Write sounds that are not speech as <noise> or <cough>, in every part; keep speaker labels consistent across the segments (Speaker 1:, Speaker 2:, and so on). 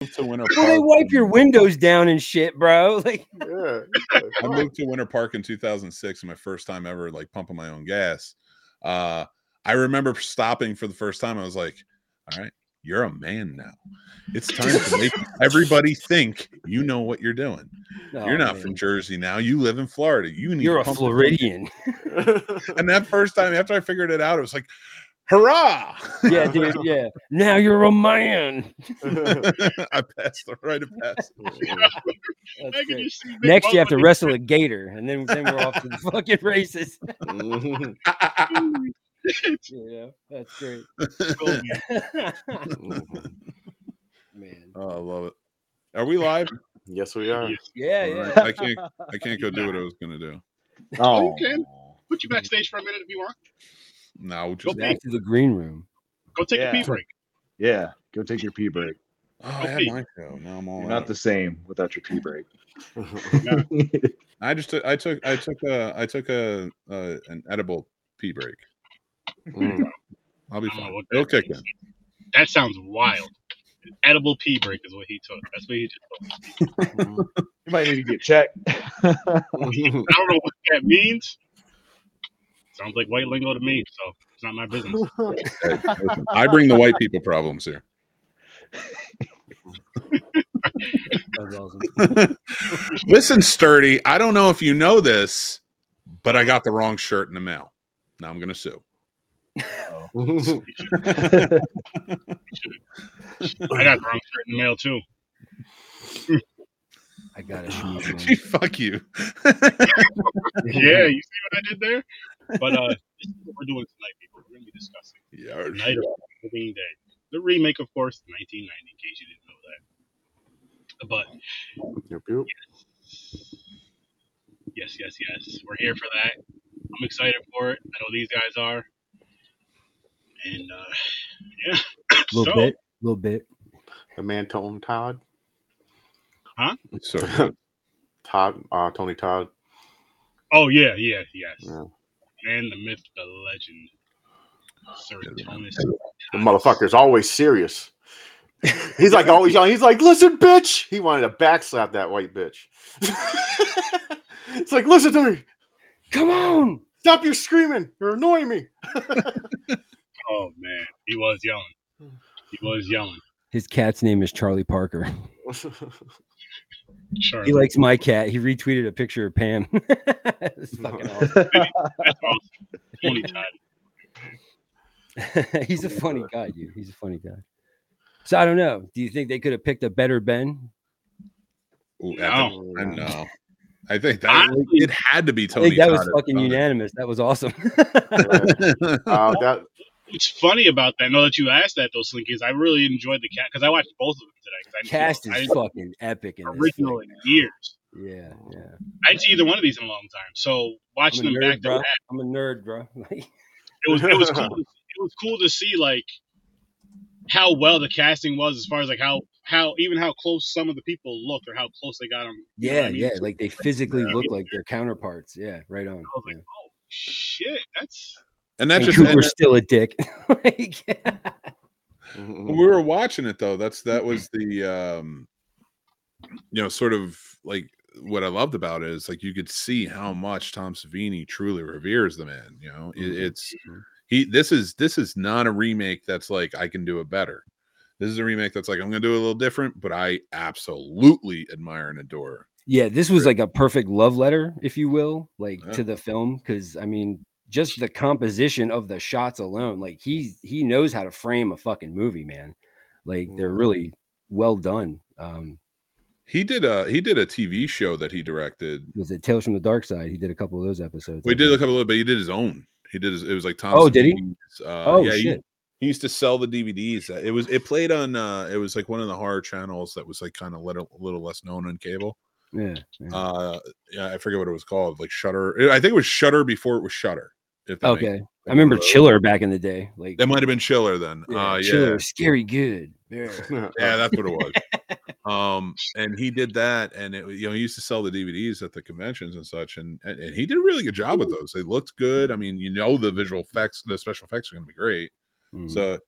Speaker 1: to Winter
Speaker 2: Well, they
Speaker 1: Park
Speaker 2: wipe
Speaker 1: in-
Speaker 2: your windows down and shit, bro. <laughs> Like,
Speaker 3: Yeah.
Speaker 1: I <laughs>
Speaker 4: <laughs>
Speaker 1: moved to Winter Park in 2006, my first time ever like pumping my own gas. Uh, I remember stopping for the first time. I was like, "All right, you're a man now. It's time to
Speaker 2: <laughs>
Speaker 1: make everybody think you know what you're doing.
Speaker 2: oh,
Speaker 1: you're not
Speaker 2: man.
Speaker 1: from Jersey now. You live in Florida. You need
Speaker 2: You're
Speaker 1: to
Speaker 2: a
Speaker 1: pump the-
Speaker 2: Floridian.
Speaker 1: And that first time, after I figured it out, it was like, "Hurrah!"
Speaker 2: Yeah, dude. Yeah. Now you're a man.
Speaker 1: <laughs> I passed the right of passage.
Speaker 2: That's
Speaker 5: I can
Speaker 2: great.
Speaker 5: just see Big
Speaker 2: Next, you have
Speaker 5: Bubba
Speaker 2: to
Speaker 5: in
Speaker 2: wrestle a gator, and then, then
Speaker 1: <laughs>
Speaker 2: we're off to the fucking races. <laughs>
Speaker 4: Mm-hmm,
Speaker 5: <laughs>
Speaker 2: You know, that's great.
Speaker 5: the building.
Speaker 4: mm-hmm.
Speaker 2: Man.
Speaker 1: oh, I love it. Are we
Speaker 2: <laughs>
Speaker 1: live?
Speaker 3: yes, we are.
Speaker 2: Yeah,
Speaker 1: All right. <laughs>
Speaker 2: yeah.
Speaker 1: I can't. I can't go do what I was gonna do.
Speaker 2: <laughs>
Speaker 5: Oh, you can. Put you backstage for a minute if you want.
Speaker 1: No, just
Speaker 5: Okay.
Speaker 2: Back to the green room.
Speaker 5: Go take
Speaker 6: Yeah.
Speaker 5: a pee break.
Speaker 6: Yeah, go take your pee break.
Speaker 1: Oh, I had
Speaker 5: Okay.
Speaker 1: my show. Now I'm all
Speaker 6: You're
Speaker 1: out.
Speaker 6: not the same without your pee break.
Speaker 1: I just took, I took I took a I took a uh, an edible pee break. I'll be
Speaker 5: I don't know
Speaker 1: fine.
Speaker 5: what
Speaker 1: It'll
Speaker 5: that
Speaker 1: kick
Speaker 5: means.
Speaker 1: in.
Speaker 5: That sounds wild. An edible pee break is what he took. That's what he just took.
Speaker 6: You might need to get checked. <laughs>
Speaker 4: Mm-hmm. <laughs>
Speaker 5: I don't know what that means. Sounds like white lingo to me, so it's not my business.
Speaker 1: Listen, I bring the white people problems here.
Speaker 2: That's awesome.
Speaker 1: Listen, sturdy. I don't know if you know this, but I got the wrong shirt in the mail. Now I'm gonna sue. <laughs>
Speaker 5: I got the wrong shirt in the mail too.
Speaker 2: I got
Speaker 1: <laughs>
Speaker 2: a shoes <laughs>
Speaker 1: Gee, Fuck you.
Speaker 5: Yeah, you see what I did there? But uh this is what we're doing tonight, people. We're gonna be discussing
Speaker 1: Yeah,
Speaker 5: Night of Living Day. The remake, of course, nineteen ninety, in case you didn't know that. But yes, yes, yes. We're here for that. I'm excited for it. I know these guys are. And uh yeah.
Speaker 2: A little
Speaker 5: so
Speaker 2: bit. A little bit.
Speaker 4: The man Tony Todd.
Speaker 1: so
Speaker 4: Todd uh Tony Todd.
Speaker 5: oh yeah, yeah, yes.
Speaker 4: Yeah.
Speaker 5: And the myth, the legend. Sir Thomas.
Speaker 4: The motherfucker's always
Speaker 2: <laughs>
Speaker 4: serious. He's like always yelling. He's like, listen, bitch. He wanted to backslap that white bitch. <laughs> it's like, listen to me.
Speaker 2: Come on.
Speaker 4: Stop your screaming. You're annoying me. <laughs>
Speaker 5: Oh man, he was yelling. He was yelling.
Speaker 2: His cat's name is Charlie Parker.
Speaker 5: Sure.
Speaker 2: He likes my cat. He retweeted a picture of Pam. <laughs>
Speaker 1: <laughs>
Speaker 2: It's fucking awesome.
Speaker 5: That's awesome.
Speaker 2: <laughs>
Speaker 5: Tony Todd.
Speaker 2: He's a funny guy, dude. He's a funny guy. So I don't know. Do you think they could have picked a better Ben?
Speaker 1: ooh, I
Speaker 5: No.
Speaker 1: think- I know. I think that
Speaker 5: Honestly,
Speaker 1: it had to be
Speaker 2: I
Speaker 1: Tony.
Speaker 2: think that
Speaker 1: Todd
Speaker 2: was
Speaker 1: at
Speaker 2: fucking
Speaker 1: the
Speaker 2: unanimous. That was awesome. <laughs>
Speaker 4: Uh, that
Speaker 5: What's funny about that, now that you asked that though, Slinky, is I really enjoyed the cat because I watched both of them today. 'cause I
Speaker 2: Cast
Speaker 5: I
Speaker 2: is
Speaker 5: didn't
Speaker 2: fucking epic in
Speaker 5: see
Speaker 2: this.
Speaker 5: original in years.
Speaker 2: thing. Yeah, yeah.
Speaker 5: I didn't see either one of these in a long time. So watching
Speaker 2: I'm a
Speaker 5: them
Speaker 2: nerd,
Speaker 5: back to
Speaker 2: bro.
Speaker 5: back,
Speaker 2: I'm a nerd, bro. <laughs> Like,
Speaker 5: it was
Speaker 2: <laughs>
Speaker 5: it was cool. to- it was cool to see like how well the casting was as far as like how how even how close some of the people looked or how close they got them.
Speaker 2: yeah,
Speaker 5: I mean?
Speaker 2: yeah. Like they physically
Speaker 5: Yeah.
Speaker 2: look like their counterparts. Yeah, right on.
Speaker 5: I was like,
Speaker 2: yeah.
Speaker 5: oh shit, that's
Speaker 1: and that
Speaker 2: And
Speaker 1: just
Speaker 2: Cooper's still a dick. <laughs> like,
Speaker 1: When we <laughs> were watching it though that's that was the um you know sort of like what i loved about it is like you could see how much tom savini truly reveres the man you know it,
Speaker 2: Mm-hmm.
Speaker 1: it's he this is this is not a remake that's like i can do it better this is a remake that's like i'm gonna do it a little different but i absolutely admire and adore
Speaker 2: Yeah, this was like a perfect love letter, if you will, like
Speaker 1: Yeah.
Speaker 2: to the film. Because I mean, just the composition of the shots alone, like he he knows how to frame a fucking movie, man. Like they're
Speaker 1: Mm-hmm.
Speaker 2: really well done. Um,
Speaker 1: he did a he did a tv show that he directed
Speaker 2: was it Tales from the Dark Side? He did a couple of those episodes.
Speaker 1: we
Speaker 2: I
Speaker 1: did a
Speaker 2: think.
Speaker 1: couple of but he did his own he did his, it was like tom
Speaker 2: Mm-hmm. Oh, did he?
Speaker 1: Savini's, uh,
Speaker 2: Oh
Speaker 1: yeah, he-
Speaker 2: shit!
Speaker 1: he used to sell the DVDs. that- It was it played on uh it was like one of the horror channels that was like kind of little little less known on cable.
Speaker 2: Yeah, yeah.
Speaker 1: Uh yeah, I forget what it was called, like Shutter. I think it was Shutter before it was Shutter. If that makes-
Speaker 2: okay. I remember
Speaker 1: uh,
Speaker 2: Chiller back in the day. Like
Speaker 1: That might have been Chiller then. Yeah, uh yeah.
Speaker 2: Chiller, scary good.
Speaker 1: <laughs>
Speaker 2: Yeah.
Speaker 4: mm-hmm.
Speaker 1: Yeah, that's what
Speaker 2: <laughs>
Speaker 1: it was. um and he did that and it you know, he used to sell the DVDs at the conventions and such and and, and he did a really good job with Hmm. those. They looked good. I mean, you know the visual effects, the special effects are going to be great.
Speaker 2: Mm.
Speaker 1: So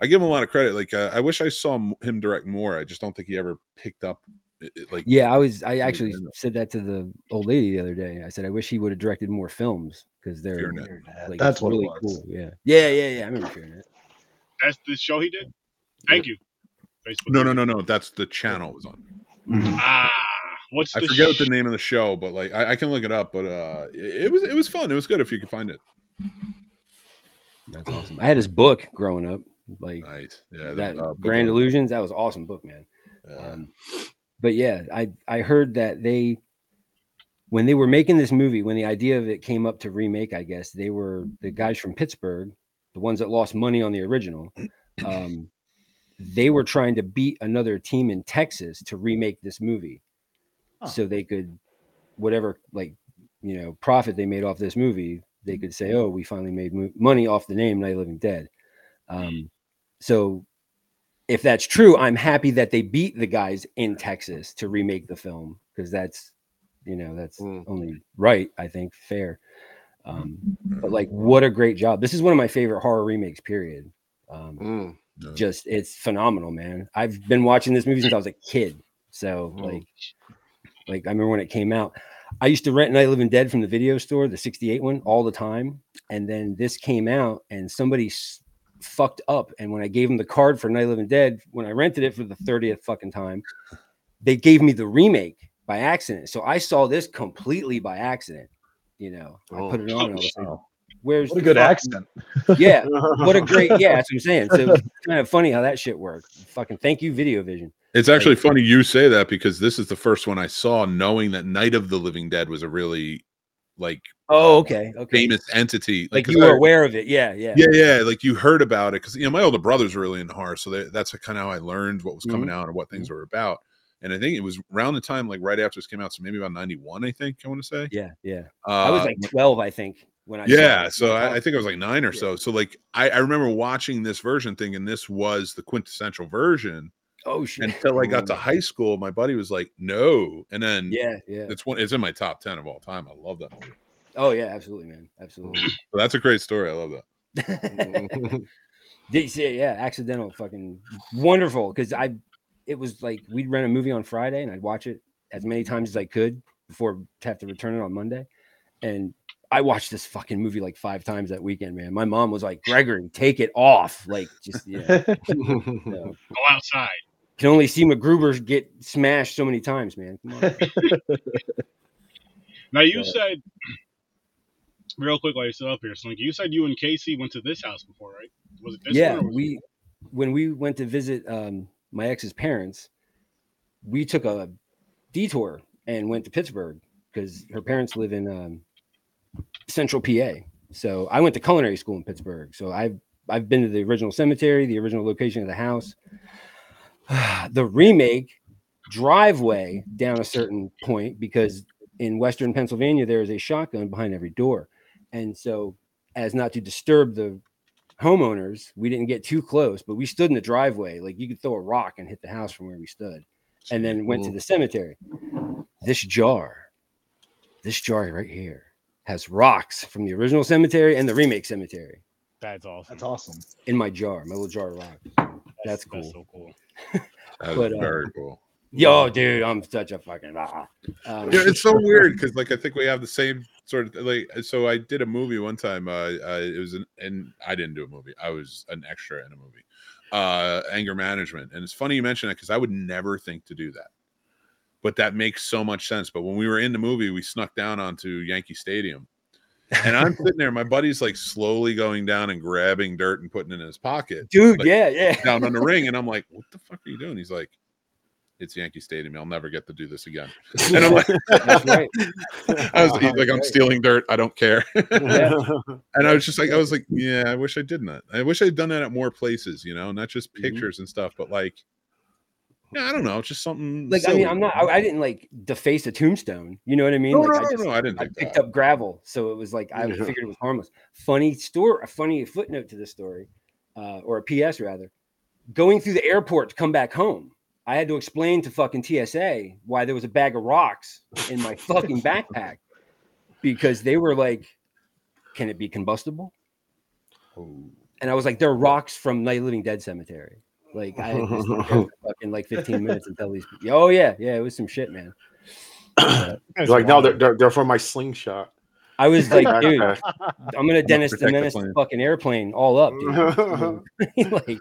Speaker 1: I give him a lot of credit. Like uh, I wish I saw m- him direct more. I just don't think he ever picked up. it- it, Like
Speaker 2: Yeah, I was. I
Speaker 1: Yeah,
Speaker 2: actually
Speaker 1: I know.
Speaker 2: said that to the old lady the other day. I said I wish he would have directed more films because they're
Speaker 1: Fearnet.
Speaker 2: like
Speaker 6: That's what
Speaker 2: really
Speaker 6: it was.
Speaker 2: cool. Yeah, yeah, yeah, yeah. I remember hearing it.
Speaker 7: That's the show he did. Thank you. Facebook.
Speaker 1: No, no, no, no. That's the channel it was on.
Speaker 6: Mhm.
Speaker 7: Ah, what's
Speaker 1: I
Speaker 7: the
Speaker 1: forget what
Speaker 7: sh-
Speaker 1: the name of the show, but like I, I can look it up. But uh, it, it was it was fun. It was good if you could find it.
Speaker 2: That's awesome. I had his book growing up, like
Speaker 1: Nice. Yeah. the,
Speaker 2: that
Speaker 1: uh,
Speaker 2: Grand
Speaker 1: Book
Speaker 2: Illusions. That was an awesome book, man.
Speaker 1: of- yeah.
Speaker 2: Um, but yeah, I I heard that they when they were making this movie, when the idea of it came up to remake, I guess they were the guys from Pittsburgh, the ones that lost money on the original. Um, they were trying to beat another team in Texas to remake this movie,
Speaker 6: Huh.
Speaker 2: so they could whatever like you know profit they made off this movie, they could say, "Oh, we finally made mo- money off the name Night of the Living Dead." Um, so if that's true, I'm happy that they beat the guys in Texas to remake the film because that's, you know, that's
Speaker 4: Mm.
Speaker 2: only right, I think, fair. Um, but like, what a great job! This is one of my favorite horror remakes, period. Um,
Speaker 4: <laughs> Mm.
Speaker 2: Just it's phenomenal, man. I've been watching this movie since I was a kid, so
Speaker 4: Mm.
Speaker 2: like, like I remember when it came out. I used to rent Night of the Living Dead from the video store, the '68 one, all the time. And then this came out, and somebody s- fucked up. And when I gave them the card for Night of the Living Dead, when I rented it for the 30th fucking time, they gave me the remake by accident. So I saw this completely by accident. You know, I
Speaker 4: Oh.
Speaker 2: put it on. And I was like,
Speaker 6: Wow.
Speaker 2: Where's
Speaker 6: What a
Speaker 2: the
Speaker 6: good
Speaker 2: fuck-
Speaker 6: accent.
Speaker 2: Yeah, what a great yeah. That's what I'm saying. So
Speaker 1: <laughs>
Speaker 2: it's kind of funny how that shit worked. Fucking thank you, Video Vision.
Speaker 1: It's actually funny you say that because this is the first one I saw, knowing that Night of the Living Dead was a really like
Speaker 2: Oh, okay, okay.
Speaker 1: famous entity.
Speaker 2: Like
Speaker 1: 'cause
Speaker 2: you
Speaker 1: I-
Speaker 2: were aware of it. Yeah, yeah.
Speaker 1: yeah, yeah. Like you heard about it because you know my older brothers were really into horror, so they, that's kind of how I learned what was coming
Speaker 2: Mm-hmm.
Speaker 1: out and what things were about. And I think it was around the time, like right after this came out, so maybe about ninety one, I think I want to say.
Speaker 2: Yeah, yeah.
Speaker 1: Uh,
Speaker 2: I was like 12, I think, when I oh, saw
Speaker 1: yeah,
Speaker 2: it.
Speaker 1: so I, I think I was like nine or so. So like I, I remember watching this version thing, and this was the quintessential
Speaker 2: <laughs>
Speaker 1: version.
Speaker 2: oh shit.
Speaker 1: Until I got to high school, my buddy was like, "No," and then
Speaker 2: Yeah, yeah.
Speaker 1: it's one. It's in my top ten of all time. I love that movie.
Speaker 2: Oh yeah, absolutely, man. Absolutely.
Speaker 1: <laughs> So that's a great story. I love that.
Speaker 4: mm-hmm.
Speaker 2: <laughs> Did you see it? Yeah, accidental fucking wonderful. Cause I it was like we'd rent a movie on Friday and I'd watch it as many times as I could before to have to return it on Monday. And I watched this fucking movie like five times that weekend, man. My mom was like, Gregory, take it off. Like just yeah. so.
Speaker 7: Go outside.
Speaker 2: Can only see MacGruber get smashed so many times, man. Come on.
Speaker 7: Now you
Speaker 2: Yeah.
Speaker 7: said real quick while you're still up here, Slink. You said you and Casey went to this house before, right? Was it this
Speaker 2: yeah
Speaker 7: one? or was
Speaker 2: we when we went to visit um my ex's parents we took a detour and went to pittsburgh because her parents live in um central pa so i went to culinary school in pittsburgh so i've i've been to the original cemetery the original location of the house <sighs> the remake driveway down a certain point because in western pennsylvania there is a shotgun behind every door and so as not to disturb the homeowners, we didn't get too close, but we stood in the driveway. Like you could throw a rock and hit the house from where we stood, and then went to
Speaker 4: Cool.
Speaker 2: the cemetery. This jar, this jar right here, has rocks from the original cemetery and the remake cemetery
Speaker 7: That's awesome.
Speaker 6: That's awesome.
Speaker 2: in my jar, my little jar of rocks. That's cool.
Speaker 7: so cool.
Speaker 1: That is
Speaker 2: But, uh,
Speaker 1: very cool.
Speaker 2: Yo, dude, I'm such a fucking ah. Um,
Speaker 1: Yeah, it's so weird because like I think we have the same sort of like. So I did a movie one time. Uh, uh it was an and I didn't do a movie. I was an extra in a movie. Uh, anger management, and it's funny you mention that because I would never think to do that, but that makes so much sense. But when we were in the movie, we snuck down onto Yankee Stadium. and I'm sitting there, my buddy's like slowly going down and grabbing dirt and putting it in his pocket
Speaker 2: dude,
Speaker 1: like-
Speaker 2: yeah, yeah.
Speaker 1: down on the ring. And I'm like, what the fuck are you doing? He's like, it's Yankee Stadium. I'll never get to do this again. And I'm like, <laughs>
Speaker 2: That's right.
Speaker 1: I was he's like, I'm
Speaker 2: Uh-huh. right.
Speaker 1: stealing dirt. I don't care. <laughs>
Speaker 2: Yeah.
Speaker 1: and I was just like, I was like, yeah, I wish I didn't. I wish I'd done that at more places, you know, not
Speaker 2: Mm-hmm.
Speaker 1: just pictures and stuff, but like, yeah, I don't know, just something.
Speaker 2: Like, I
Speaker 1: silly.
Speaker 2: mean, I'm not, I, I didn't like deface a tombstone. You know what I mean?
Speaker 1: No,
Speaker 2: like,
Speaker 1: no,
Speaker 2: I
Speaker 1: no,
Speaker 2: just-
Speaker 1: no, I didn't
Speaker 2: I
Speaker 1: think
Speaker 2: picked
Speaker 1: that.
Speaker 2: up gravel, so it was like
Speaker 1: <laughs>
Speaker 2: I
Speaker 4: Yeah.
Speaker 2: figured it was harmless. Funny story, a funny footnote to this story, uh, or a PS rather. Going through the airport to come back home, I had to explain to fucking TSA why there was a bag of rocks in my fucking
Speaker 1: <laughs>
Speaker 2: backpack because they were like, "Can it be combustible?"
Speaker 1: Oh.
Speaker 2: and I was like, they're rocks from Night of the Living Dead Cemetery. Like I had just looked at
Speaker 1: <laughs>
Speaker 2: it for fucking like 15 minutes until these. Oh yeah, yeah, it was some shit, man.
Speaker 4: You're like, no, they're, they're, they're from my slingshot.
Speaker 2: I was
Speaker 1: <laughs>
Speaker 2: like, dude,
Speaker 4: Okay.
Speaker 2: I'm gonna Dennis the
Speaker 1: protect the
Speaker 2: Menace the
Speaker 1: plane.
Speaker 2: fucking airplane all up,
Speaker 5: <laughs>
Speaker 2: dude. <laughs> like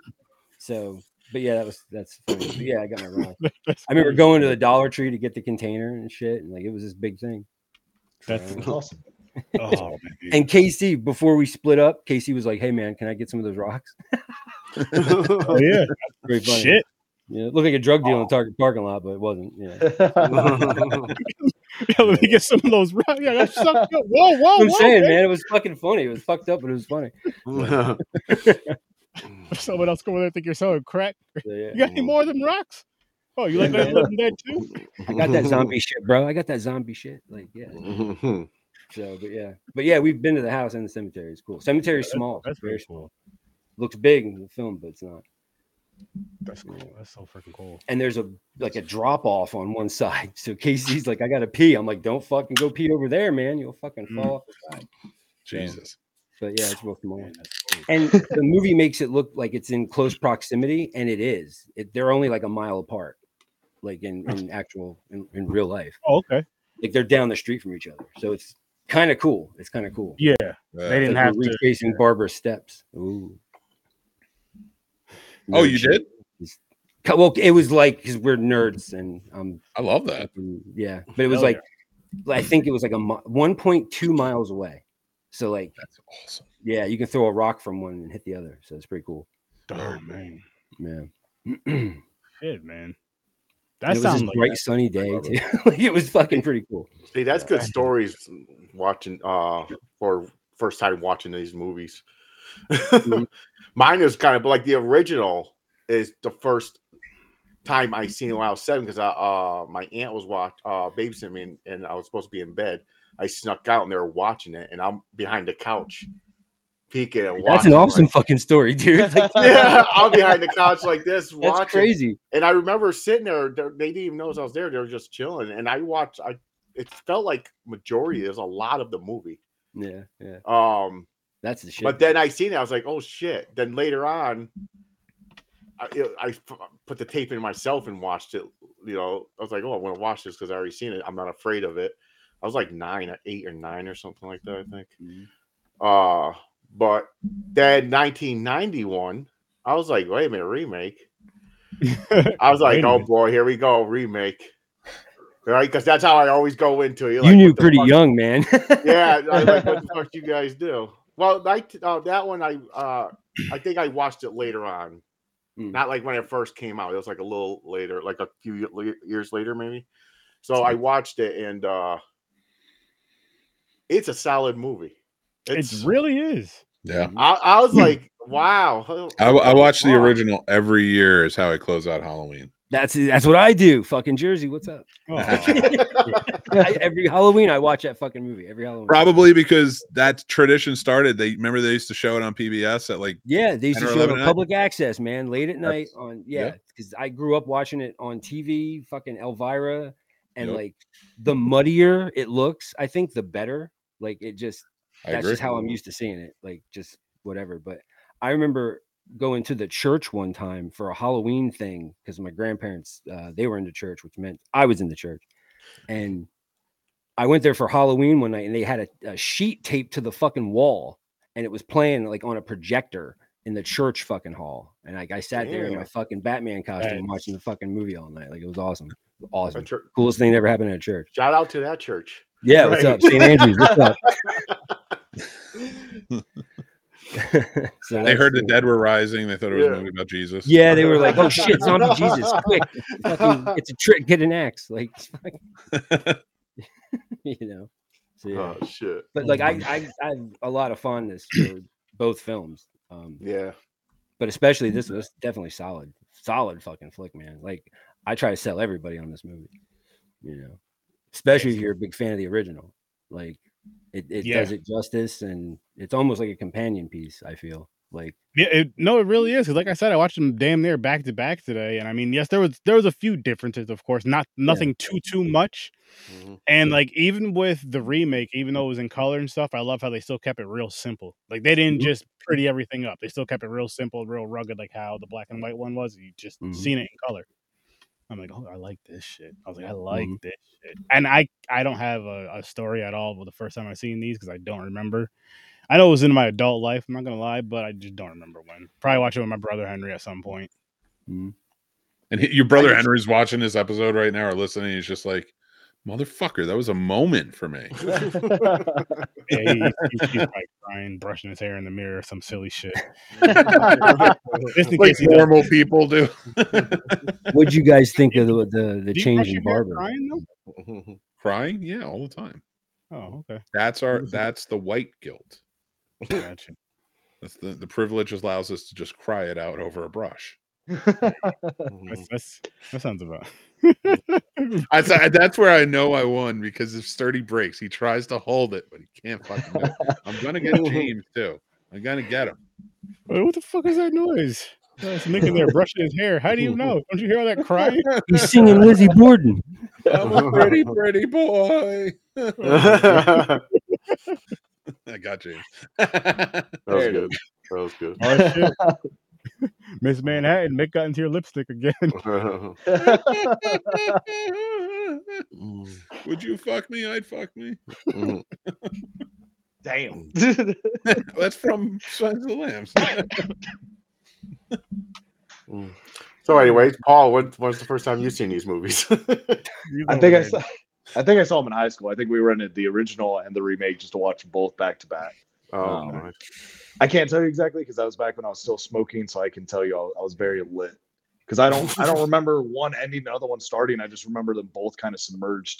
Speaker 2: so. But yeah, that was that's funny. But yeah, I
Speaker 5: <laughs>
Speaker 2: got my wrong. I remember going to the Dollar Tree to get the container and shit, and like it was this big thing.
Speaker 5: That's
Speaker 2: Right.
Speaker 5: awesome. Oh, man.
Speaker 2: And KC, before we split up, KC was like, "Hey man, can I get some of those rocks?" <laughs>
Speaker 5: Oh, yeah.
Speaker 2: Very funny.
Speaker 5: Shit. Oh,
Speaker 2: Yeah, it looked like a drug deal in the Target parking lot, but it wasn't.
Speaker 5: <laughs>
Speaker 2: Yeah,
Speaker 5: Yeah, let me get some of those. Right. Yeah, that's sucked up. Whoa, whoa,
Speaker 2: I'm
Speaker 5: whoa.
Speaker 2: saying,
Speaker 5: man.
Speaker 2: man, it was fucking funny. It was fucked up, but it was funny.
Speaker 5: Someone else come over there think you're selling crack.
Speaker 2: So, yeah.
Speaker 5: You got any more of them rocks? Oh, you like that that too?
Speaker 2: I got
Speaker 5: <laughs>
Speaker 2: that zombie shit, bro. I got that zombie shit. Like, yeah. So, but yeah, but yeah, we've been to the house and the cemetery. It's cool. Cemetery's small.
Speaker 5: That's
Speaker 2: very
Speaker 5: very
Speaker 2: small.
Speaker 5: cool.
Speaker 2: Looks big in the film, but it's not.
Speaker 5: That's cool. That's so freaking cool.
Speaker 2: And there's a like a drop off on one <laughs> side. So Casey's like, I gotta pee. I'm like, don't fucking go pee over there, man. You'll fucking
Speaker 5: Mm.
Speaker 2: fall off the side.
Speaker 1: Jesus.
Speaker 2: But yeah, it's real small.
Speaker 5: Man, that's
Speaker 2: And the movie makes it look like it's in close proximity, and it is. It, they're only like a mile apart, like in,
Speaker 5: <laughs>
Speaker 2: in actual in, in real life.
Speaker 5: Oh, okay.
Speaker 2: Like they're down the street from each other. So it's kind of cool. It's kind of cool.
Speaker 5: Yeah.
Speaker 1: Yeah.
Speaker 5: They
Speaker 2: It's
Speaker 5: didn't
Speaker 2: like
Speaker 5: have
Speaker 2: we're
Speaker 5: to.
Speaker 2: retracing Barbara's steps. Ooh.
Speaker 1: oh,
Speaker 2: Nerd
Speaker 1: you
Speaker 2: shit.
Speaker 1: did?
Speaker 2: Co- Well, it was like because we're nerds, and um,
Speaker 1: I love that.
Speaker 2: yeah, but it was
Speaker 5: Hell
Speaker 2: like I think it was like a one point two miles away. So like,
Speaker 1: That's awesome.
Speaker 2: yeah, you can throw a rock from one and hit the other. So it's pretty cool. Oh,
Speaker 5: Darn, man.
Speaker 2: Yeah. <clears throat> And
Speaker 5: Shit, man.
Speaker 2: it
Speaker 5: That
Speaker 2: was this
Speaker 5: sounds like
Speaker 2: bright sunny day too. <laughs> like it was fucking pretty cool.
Speaker 4: <laughs> See, that's good stories watching uh or first time watching these movies.
Speaker 2: Mm-hmm.
Speaker 4: <laughs> Mine is kind of like the original is the first time I seen it when I was seven because I uh my aunt was watch uh babysitting me and, and I was supposed to be in bed. I snuck out and they were watching it and I'm behind the couch peeking and watching.
Speaker 2: That's an
Speaker 4: it,
Speaker 2: awesome
Speaker 4: like-
Speaker 2: fucking story, dude. Like,
Speaker 4: yeah, I'm behind the couch like
Speaker 2: <laughs>
Speaker 4: this
Speaker 2: that's
Speaker 4: watching.
Speaker 2: crazy.
Speaker 4: And I remember sitting there; they they didn't even notice I was there. They were just chilling, and I watched. I it felt like majority. There's a lot of the movie.
Speaker 2: Yeah, yeah.
Speaker 4: Um,
Speaker 2: That's the shit.
Speaker 4: but then I seen it. I was like, oh shit. Then later on, I, it, I f- put the tape in myself and watched it. You know, I was like, oh, I want to watch this because I already seen it. I'm not afraid of it. I was like nine or eight or nine or something like that. I think. Uh, but then 1991, I was like, wait a
Speaker 2: <laughs>
Speaker 4: minute, remake. I was
Speaker 5: Wait
Speaker 4: like,
Speaker 5: a
Speaker 4: oh
Speaker 5: minute.
Speaker 4: boy, here we go, remake. Right? Because that's how I always go into it. You're
Speaker 2: you
Speaker 4: like,
Speaker 2: knew
Speaker 4: what the
Speaker 2: pretty
Speaker 4: fuck-
Speaker 2: young, man.
Speaker 4: <laughs>
Speaker 2: <laughs>
Speaker 4: Yeah. I was like, what the fuck you guys do? Well, I, uh, that one, I uh, I think I watched it later on.
Speaker 2: Mm.
Speaker 4: Not like when it first came out. It was like a little later, like a few ye- le- years later, maybe. So I watched it, and uh, it's a solid movie.
Speaker 5: It really is.
Speaker 2: <laughs>
Speaker 1: Yeah.
Speaker 4: I, I was like, wow. huh,
Speaker 1: Hmm.
Speaker 4: oh
Speaker 1: I, I watch the
Speaker 4: wow.
Speaker 1: original every year is how I close out Halloween.
Speaker 2: That's that's what I do. Fucking Jersey, what's up?
Speaker 5: Oh,
Speaker 2: I, every Halloween, I watch that fucking movie. Every Halloween.
Speaker 1: Probably because that tradition started. They remember they used to show it on PBS at like
Speaker 2: Yeah, they used
Speaker 1: 10
Speaker 2: to
Speaker 1: or
Speaker 2: show it
Speaker 1: 11
Speaker 2: on
Speaker 1: at night?
Speaker 2: public access, man, late at night
Speaker 1: That's-
Speaker 2: on
Speaker 1: yeah.
Speaker 2: yeah, because I grew up watching it on TV, fucking Elvira, and
Speaker 1: Yep.
Speaker 2: like the muddier it looks, I think the better. Like it just
Speaker 1: I
Speaker 2: that's
Speaker 1: agree.
Speaker 2: just how I'm used to seeing it, like just whatever. But I remember going to the church one time for a Halloween thing because my grandparents uh, they were into church, which meant I was in the church, and I went there for Halloween one night, and they had a, a sheet taped to the fucking wall, and it was playing like on a projector in the church fucking hall, and like I sat there in my
Speaker 4: Damn.
Speaker 2: fucking Batman costume
Speaker 5: Nice.
Speaker 2: watching the fucking movie all night, like it was awesome,
Speaker 4: a
Speaker 2: awesome,
Speaker 4: chur-
Speaker 2: coolest thing that ever happened at a church.
Speaker 4: Shout out to that church.
Speaker 2: Yeah, what's
Speaker 4: Right.
Speaker 2: up, St. Andrews? What's
Speaker 4: <laughs>
Speaker 2: up? <laughs> so
Speaker 1: They heard the
Speaker 2: that.
Speaker 1: dead were rising. They thought it was
Speaker 4: Yeah.
Speaker 1: a movie about Jesus.
Speaker 2: Yeah, they were
Speaker 1: <laughs>
Speaker 2: like, "Oh shit, zombie Jesus, quick! Fucking, it's a trick. Get an axe!" Like, <laughs> you know. So, yeah.
Speaker 4: Oh shit.
Speaker 2: but like, I, I I have a lot of fondness for both films, um,
Speaker 4: Yeah.
Speaker 2: but especially this
Speaker 5: Mm-hmm.
Speaker 2: was definitely solid, solid fucking flick, man. Like, I try to sell everybody on this movie, you know, especially if you're a big fan of the original. Like, it, it
Speaker 5: Yeah.
Speaker 2: does it justice, and it's almost like a companion piece. I feel Like
Speaker 5: Yeah, it, no, it really is. 'Cause like I said, I watched them damn near back to back today, and I mean, yes, there was there was a few differences, of course, not nothing too too much.
Speaker 4: Mhm.
Speaker 5: And like even with the remake, even though it was in color and stuff, I love how they still kept it real simple. Like they didn't
Speaker 2: Mhm.
Speaker 5: just pretty everything up; they still kept it real simple, real rugged, like how the black and white one was. You just
Speaker 2: Mhm.
Speaker 5: seen it in color. I'm like, oh, I like this shit. I was like, I like
Speaker 2: Mm-hmm.
Speaker 5: this shit, and I I don't have a, a story at all. Well, the first time I seen these because I don't remember. I know it was in my adult life. I'm not gonna lie, but I just don't remember when. Probably watched it with my brother Henry at some point.
Speaker 1: And he- your brother
Speaker 4: just-
Speaker 1: Henry's watching this episode right now or listening. He's just like, motherfucker, that was a moment for me.
Speaker 5: Yeah, he, he- he's like crying, brushing his hair in the mirror, some silly shit.
Speaker 2: <laughs>
Speaker 5: Just
Speaker 1: <laughs>
Speaker 5: in
Speaker 1: Like
Speaker 5: case he does.
Speaker 1: normal people do.
Speaker 2: what'd you guys think of the the, the
Speaker 5: <laughs> Do you
Speaker 2: change
Speaker 5: brush
Speaker 2: in
Speaker 5: your hair
Speaker 2: barber?
Speaker 5: crying, though?
Speaker 1: <laughs> Crying? Yeah, all the time.
Speaker 2: Mm-hmm.
Speaker 5: Oh,
Speaker 2: <laughs>
Speaker 5: okay.
Speaker 1: That's our that's the white guilt.
Speaker 5: Gotcha.
Speaker 1: That's the, the privilege allows us to just cry it out over a <laughs> brush.
Speaker 2: Mm-hmm.
Speaker 5: That's, that's, that sounds about. <laughs>
Speaker 1: I th- that's where I know I won because if Sturdy breaks, he tries to hold it, but he can't fucking do <laughs> it. I'm gonna get James too. I'm gonna get him.
Speaker 5: Wait, what the fuck is that noise? That's Nick in
Speaker 2: <laughs>
Speaker 5: there brushing his hair. How do
Speaker 2: Mm-hmm.
Speaker 5: you know? Don't you hear all that crying?
Speaker 2: He's singing
Speaker 5: <laughs>
Speaker 2: Lizzie Borden.
Speaker 1: I'm a pretty, pretty boy.
Speaker 4: that
Speaker 1: <laughs> I got James. <laughs>
Speaker 4: was good. That was good.
Speaker 5: Oh shit, <laughs> Miss Manhattan, Nick got into your lipstick again.
Speaker 4: Mm,
Speaker 1: Would you fuck me? I'd fuck me.
Speaker 4: mm.
Speaker 6: Damn.
Speaker 1: That's from Signs of the Lambs.
Speaker 4: Mm. So, anyways, Paul, when was the first time you seen these movies? <laughs> Oh
Speaker 5: He's
Speaker 6: I
Speaker 5: over
Speaker 6: think I
Speaker 5: there.
Speaker 6: saw. I think I saw him in high school. I think we rented the original and the remake just to watch both back to back.
Speaker 4: oh,
Speaker 6: Um,
Speaker 4: nice.
Speaker 6: I can't tell you exactly because that was back when I was still smoking, so I can tell you I, I was very lit. Because I don't, I don't remember one ending, the other one starting. I just remember them both kind of submerged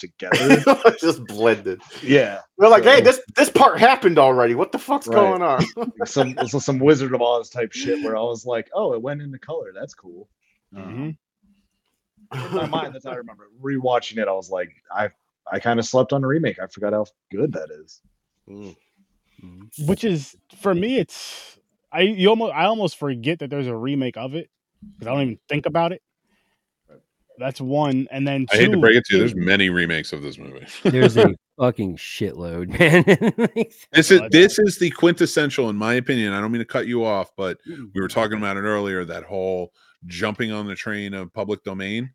Speaker 4: <laughs>
Speaker 6: together.
Speaker 4: just blended.
Speaker 6: yeah,
Speaker 4: They're like, hey,
Speaker 6: So-
Speaker 4: this this part happened already. What the fuck's
Speaker 6: Right.
Speaker 4: going on?
Speaker 6: like some <laughs> so some Wizard of Oz type shit where I was like, oh, it went into color. That's cool.
Speaker 1: Uh-huh.
Speaker 6: Um,
Speaker 5: Mhm.
Speaker 6: in my mind, that's how I remember it. rewatching it. I was like, I, I kind of slept on the remake. I forgot how good that is.
Speaker 4: Mm.
Speaker 5: Which is for me, it's I you almost I almost forget that there's a remake of it because I don't even think about it. That's one, and then
Speaker 1: I
Speaker 5: two,
Speaker 1: hate to break it to you. There's many remakes of this movie.
Speaker 2: <laughs> There's a fucking shitload, man. <laughs> Like,
Speaker 1: This is
Speaker 5: Well, I-
Speaker 1: this is the quintessential, in my opinion. I don't mean to cut you off, but we were talking about it earlier. That whole jumping on the train of public domain.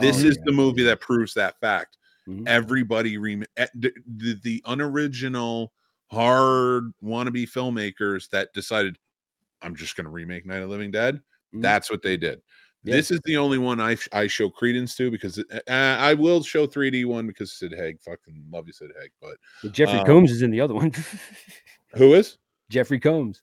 Speaker 1: this
Speaker 2: oh,
Speaker 1: is
Speaker 2: yeah.
Speaker 1: the movie that proves that fact.
Speaker 5: Mm-hmm.
Speaker 2: Mhm.
Speaker 1: Everybody rem- eh, the, the the unoriginal hard wannabe filmmakers that decided, I'm just going to remake Night of the Living Dead.
Speaker 5: Mm-hmm.
Speaker 2: Mhm.
Speaker 1: That's what they did.
Speaker 2: Yeah.
Speaker 1: This is the only one I I show credence to because uh, I will show 3D one because Sid Haig fucking love you Sid Haig, but
Speaker 2: But Jeffrey
Speaker 1: um,
Speaker 2: Combs is in the other one. <laughs>
Speaker 1: who is?
Speaker 2: Jeffrey Combs.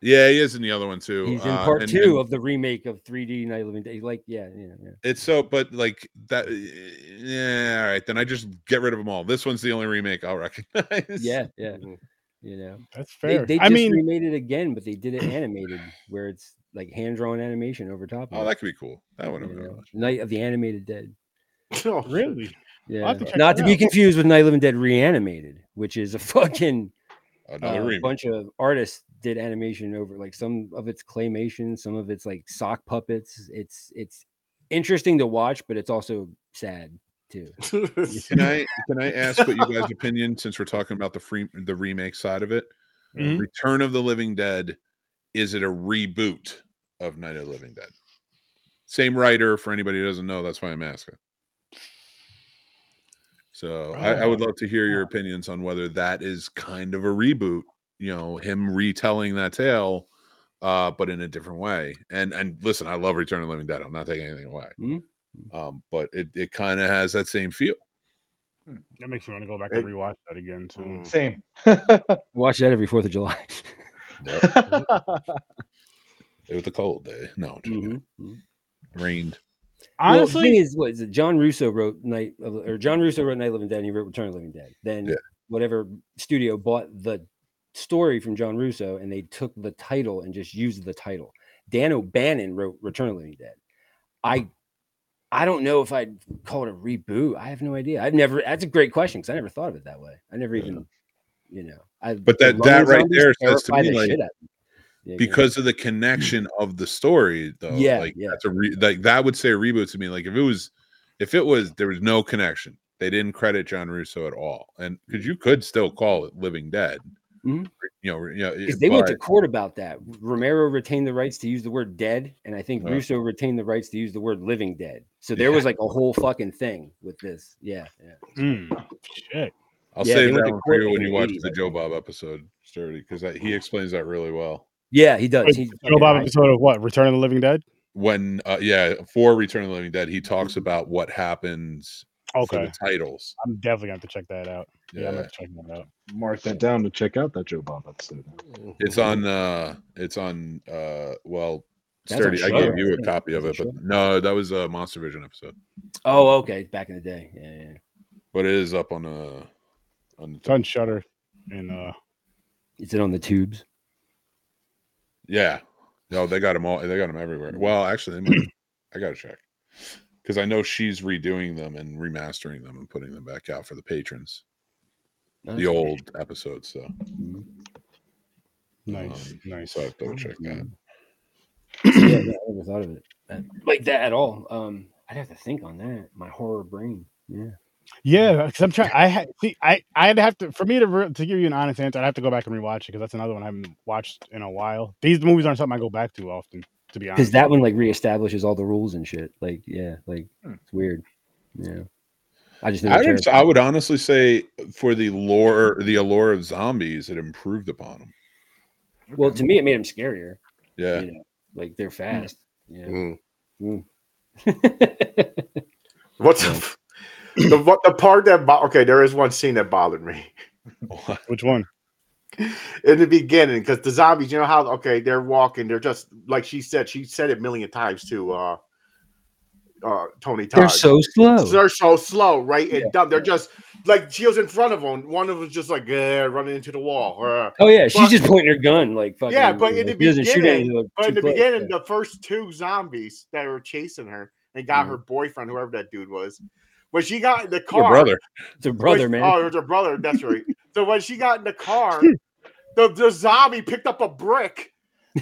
Speaker 1: Yeah, he is in the other one too.
Speaker 2: He's in
Speaker 1: uh,
Speaker 2: part
Speaker 1: and-
Speaker 2: two
Speaker 1: and-
Speaker 2: of the remake of 3D Night of the Living Dead. Like, yeah, yeah, yeah.
Speaker 1: It's so, but like that. Yeah, all right. Then I just get rid of them all. This one's the only remake I'll recognize.
Speaker 2: Yeah, yeah.
Speaker 1: Mm-hmm.
Speaker 4: Mhm.
Speaker 2: You know,
Speaker 5: that's
Speaker 2: they,
Speaker 5: fair.
Speaker 2: they just
Speaker 5: I mean,
Speaker 2: remade it again, but they did it animated, where it's like hand drawn animation over top. Of
Speaker 1: Oh,
Speaker 2: it,
Speaker 1: that could be cool. That would have
Speaker 2: you
Speaker 1: been.
Speaker 2: know? Night of the Animated Dead.
Speaker 4: <laughs> Oh,
Speaker 5: <laughs> really,
Speaker 2: Yeah,
Speaker 5: have to check
Speaker 2: not
Speaker 5: that
Speaker 2: to be
Speaker 5: out.
Speaker 2: confused with Night of the Living Dead Reanimated, which is a <laughs> fucking
Speaker 1: Oh, Another
Speaker 2: uh,
Speaker 1: remake.
Speaker 2: bunch of artists did animation over like some of it's claymation, some of it's like sock puppets. It's it's interesting to watch, but it's also sad too.
Speaker 4: Hmm.
Speaker 1: <laughs> Can I can I ask what you guys' opinion since we're talking about the free the remake side of it?
Speaker 5: Mhm.
Speaker 1: Return of the Living Dead. Is it a reboot of Night of the Living Dead? Same writer. For anybody who doesn't know, that's why I'm asking. So I, I would love to hear your opinions on whether that is kind of a reboot. You know, him retelling that tale, uh, but in a different way. And and listen, I love Return of the Living Dead. I'm not taking anything away.
Speaker 2: Mhm.
Speaker 1: Um, but it, it kind of has that same feel.
Speaker 5: that makes me want to go back
Speaker 4: It-
Speaker 5: and rewatch that again too.
Speaker 4: Mm.
Speaker 6: Same.
Speaker 2: Watch that every Fourth of July.
Speaker 1: It was a cold day. No, I'm
Speaker 5: <laughs>
Speaker 1: joking.
Speaker 2: Mhm.
Speaker 1: it rained.
Speaker 2: well, the
Speaker 5: Honestly,
Speaker 2: thing is, what is it? John Russo wrote Night of, the- or John Russo wrote Night of the Living Dead. and He wrote Return of the Living Dead. Then
Speaker 1: Yeah.
Speaker 2: whatever studio bought the story from John Russo, and they took the title and just used the title. Dan O'Bannon wrote Return of the Living Dead. I, I don't know if I'd call it a reboot. I have no idea. I've never. That's a great question because I never thought of it that way. I never
Speaker 1: Yeah.
Speaker 2: even, you know. I,
Speaker 1: But that-
Speaker 2: the
Speaker 1: that
Speaker 2: running
Speaker 1: right
Speaker 2: zombies
Speaker 1: there says to
Speaker 2: terrify
Speaker 1: me,
Speaker 2: the
Speaker 1: like,
Speaker 2: shit out of me. Yeah, yeah.
Speaker 1: because of the connection of the story though
Speaker 2: Yeah,
Speaker 1: like
Speaker 2: yeah.
Speaker 1: that's a re- like that would say a reboot to me like if it was if it was there was no connection they didn't credit john russo at all and because you could still call it living dead
Speaker 2: Mhm.
Speaker 1: you know you know it-
Speaker 2: 'Cause they went
Speaker 1: but-
Speaker 2: to court about that. Romero retained the rights to use the word dead, and I think
Speaker 1: Yeah.
Speaker 2: Russo retained the rights to use the word living dead. So there was like a whole fucking thing with this. Yeah, yeah.
Speaker 5: Hmm. Shit.
Speaker 1: i'll
Speaker 2: yeah, they
Speaker 1: save
Speaker 2: went
Speaker 1: that
Speaker 2: to
Speaker 1: one for
Speaker 2: court
Speaker 1: you
Speaker 2: in
Speaker 1: when
Speaker 2: the
Speaker 1: you watch
Speaker 2: 80s,
Speaker 1: the
Speaker 2: I Mm-hmm.
Speaker 1: joe bob episode sturdy because he explains that really well
Speaker 2: Yeah, he does.
Speaker 5: Wait,
Speaker 2: He,
Speaker 5: Joe Bob episode of what? Return of the Living Dead.
Speaker 1: when uh, yeah for return of the living dead he talks
Speaker 2: Mm-hmm.
Speaker 1: about what happens for
Speaker 5: Okay,
Speaker 1: the titles
Speaker 5: I'm definitely gonna have to check that out. Yeah, I'm
Speaker 1: yeah.
Speaker 5: gonna have to check that out.
Speaker 6: Mark that down to check out that Joe Bob episode.
Speaker 1: It's on uh it's on uh well
Speaker 2: That's on
Speaker 1: sturdy. I
Speaker 2: Shudder,
Speaker 1: gave you
Speaker 2: I
Speaker 1: a
Speaker 2: think.
Speaker 1: copy of it,
Speaker 2: That's on
Speaker 1: but no, that was a Monster Vision episode.
Speaker 2: Oh, okay. Back in the day. Yeah, yeah.
Speaker 1: But it is up on uh on the
Speaker 5: It's on Shutter, and uh,
Speaker 2: Is it on the tubes?
Speaker 1: yeah. No, they got them all they got them everywhere. Well, actually they might, <clears throat> I gotta check. Because I know she's redoing them and remastering them and putting them back out for the patrons, the old episodes. So,
Speaker 5: nice,
Speaker 1: um,
Speaker 5: nice.
Speaker 1: so I have to double check that.
Speaker 2: yeah, yeah, I never thought of it that- like that at all. Um, I'd have to think on that. My horror brain. Yeah.
Speaker 5: Yeah, because I'm trying. I had see, I I'd have to for me to re- to give you an honest answer. I'd have to go back and rewatch it because that's another one I haven't watched in a while. These movies aren't something I go back to often, to be
Speaker 2: Because
Speaker 5: honest.
Speaker 2: that one like reestablishes all the rules and shit. Like, yeah, like it's weird. Yeah. I just
Speaker 1: I
Speaker 2: never
Speaker 1: would,
Speaker 2: cared.
Speaker 1: I would honestly say for the lore, the allure of zombies, it improved upon them.
Speaker 2: well, to me, it made them scarier.
Speaker 1: Yeah,
Speaker 2: You know, like they're fast. Yeah.
Speaker 4: Mm.
Speaker 2: <laughs> yeah.
Speaker 4: What's the, the what the part that bo- okay? There is one scene that bothered me
Speaker 1: <laughs>
Speaker 4: <laughs>
Speaker 5: Which one?
Speaker 4: in the beginning because the zombies, you know how okay they're walking, they're just like she said. She said it a million times to uh, uh, Tony Todd.
Speaker 2: They're so slow.
Speaker 4: They're so slow, right? And
Speaker 2: Yeah.
Speaker 4: dumb. They're just like she was in front of them. One of them was just like eh, running into the wall. Or, uh,
Speaker 2: Oh yeah, she's
Speaker 4: But-
Speaker 2: just pointing her gun like fucking.
Speaker 4: Yeah, but in
Speaker 2: like,
Speaker 4: the
Speaker 2: she doesn't shoot
Speaker 4: beginning-
Speaker 2: anything, like,
Speaker 4: but in
Speaker 2: two
Speaker 4: the
Speaker 2: bullets,
Speaker 4: beginning,
Speaker 2: yeah.
Speaker 4: the first two zombies that were chasing her and got
Speaker 2: Mm-hmm.
Speaker 4: her boyfriend, whoever that dude was, when she got in the car,
Speaker 1: your brother.
Speaker 2: it's her brother,
Speaker 4: when-
Speaker 2: man.
Speaker 4: Oh, it was her
Speaker 2: <laughs>
Speaker 4: brother. That's right. so when she got in the car, the, the zombie picked up a brick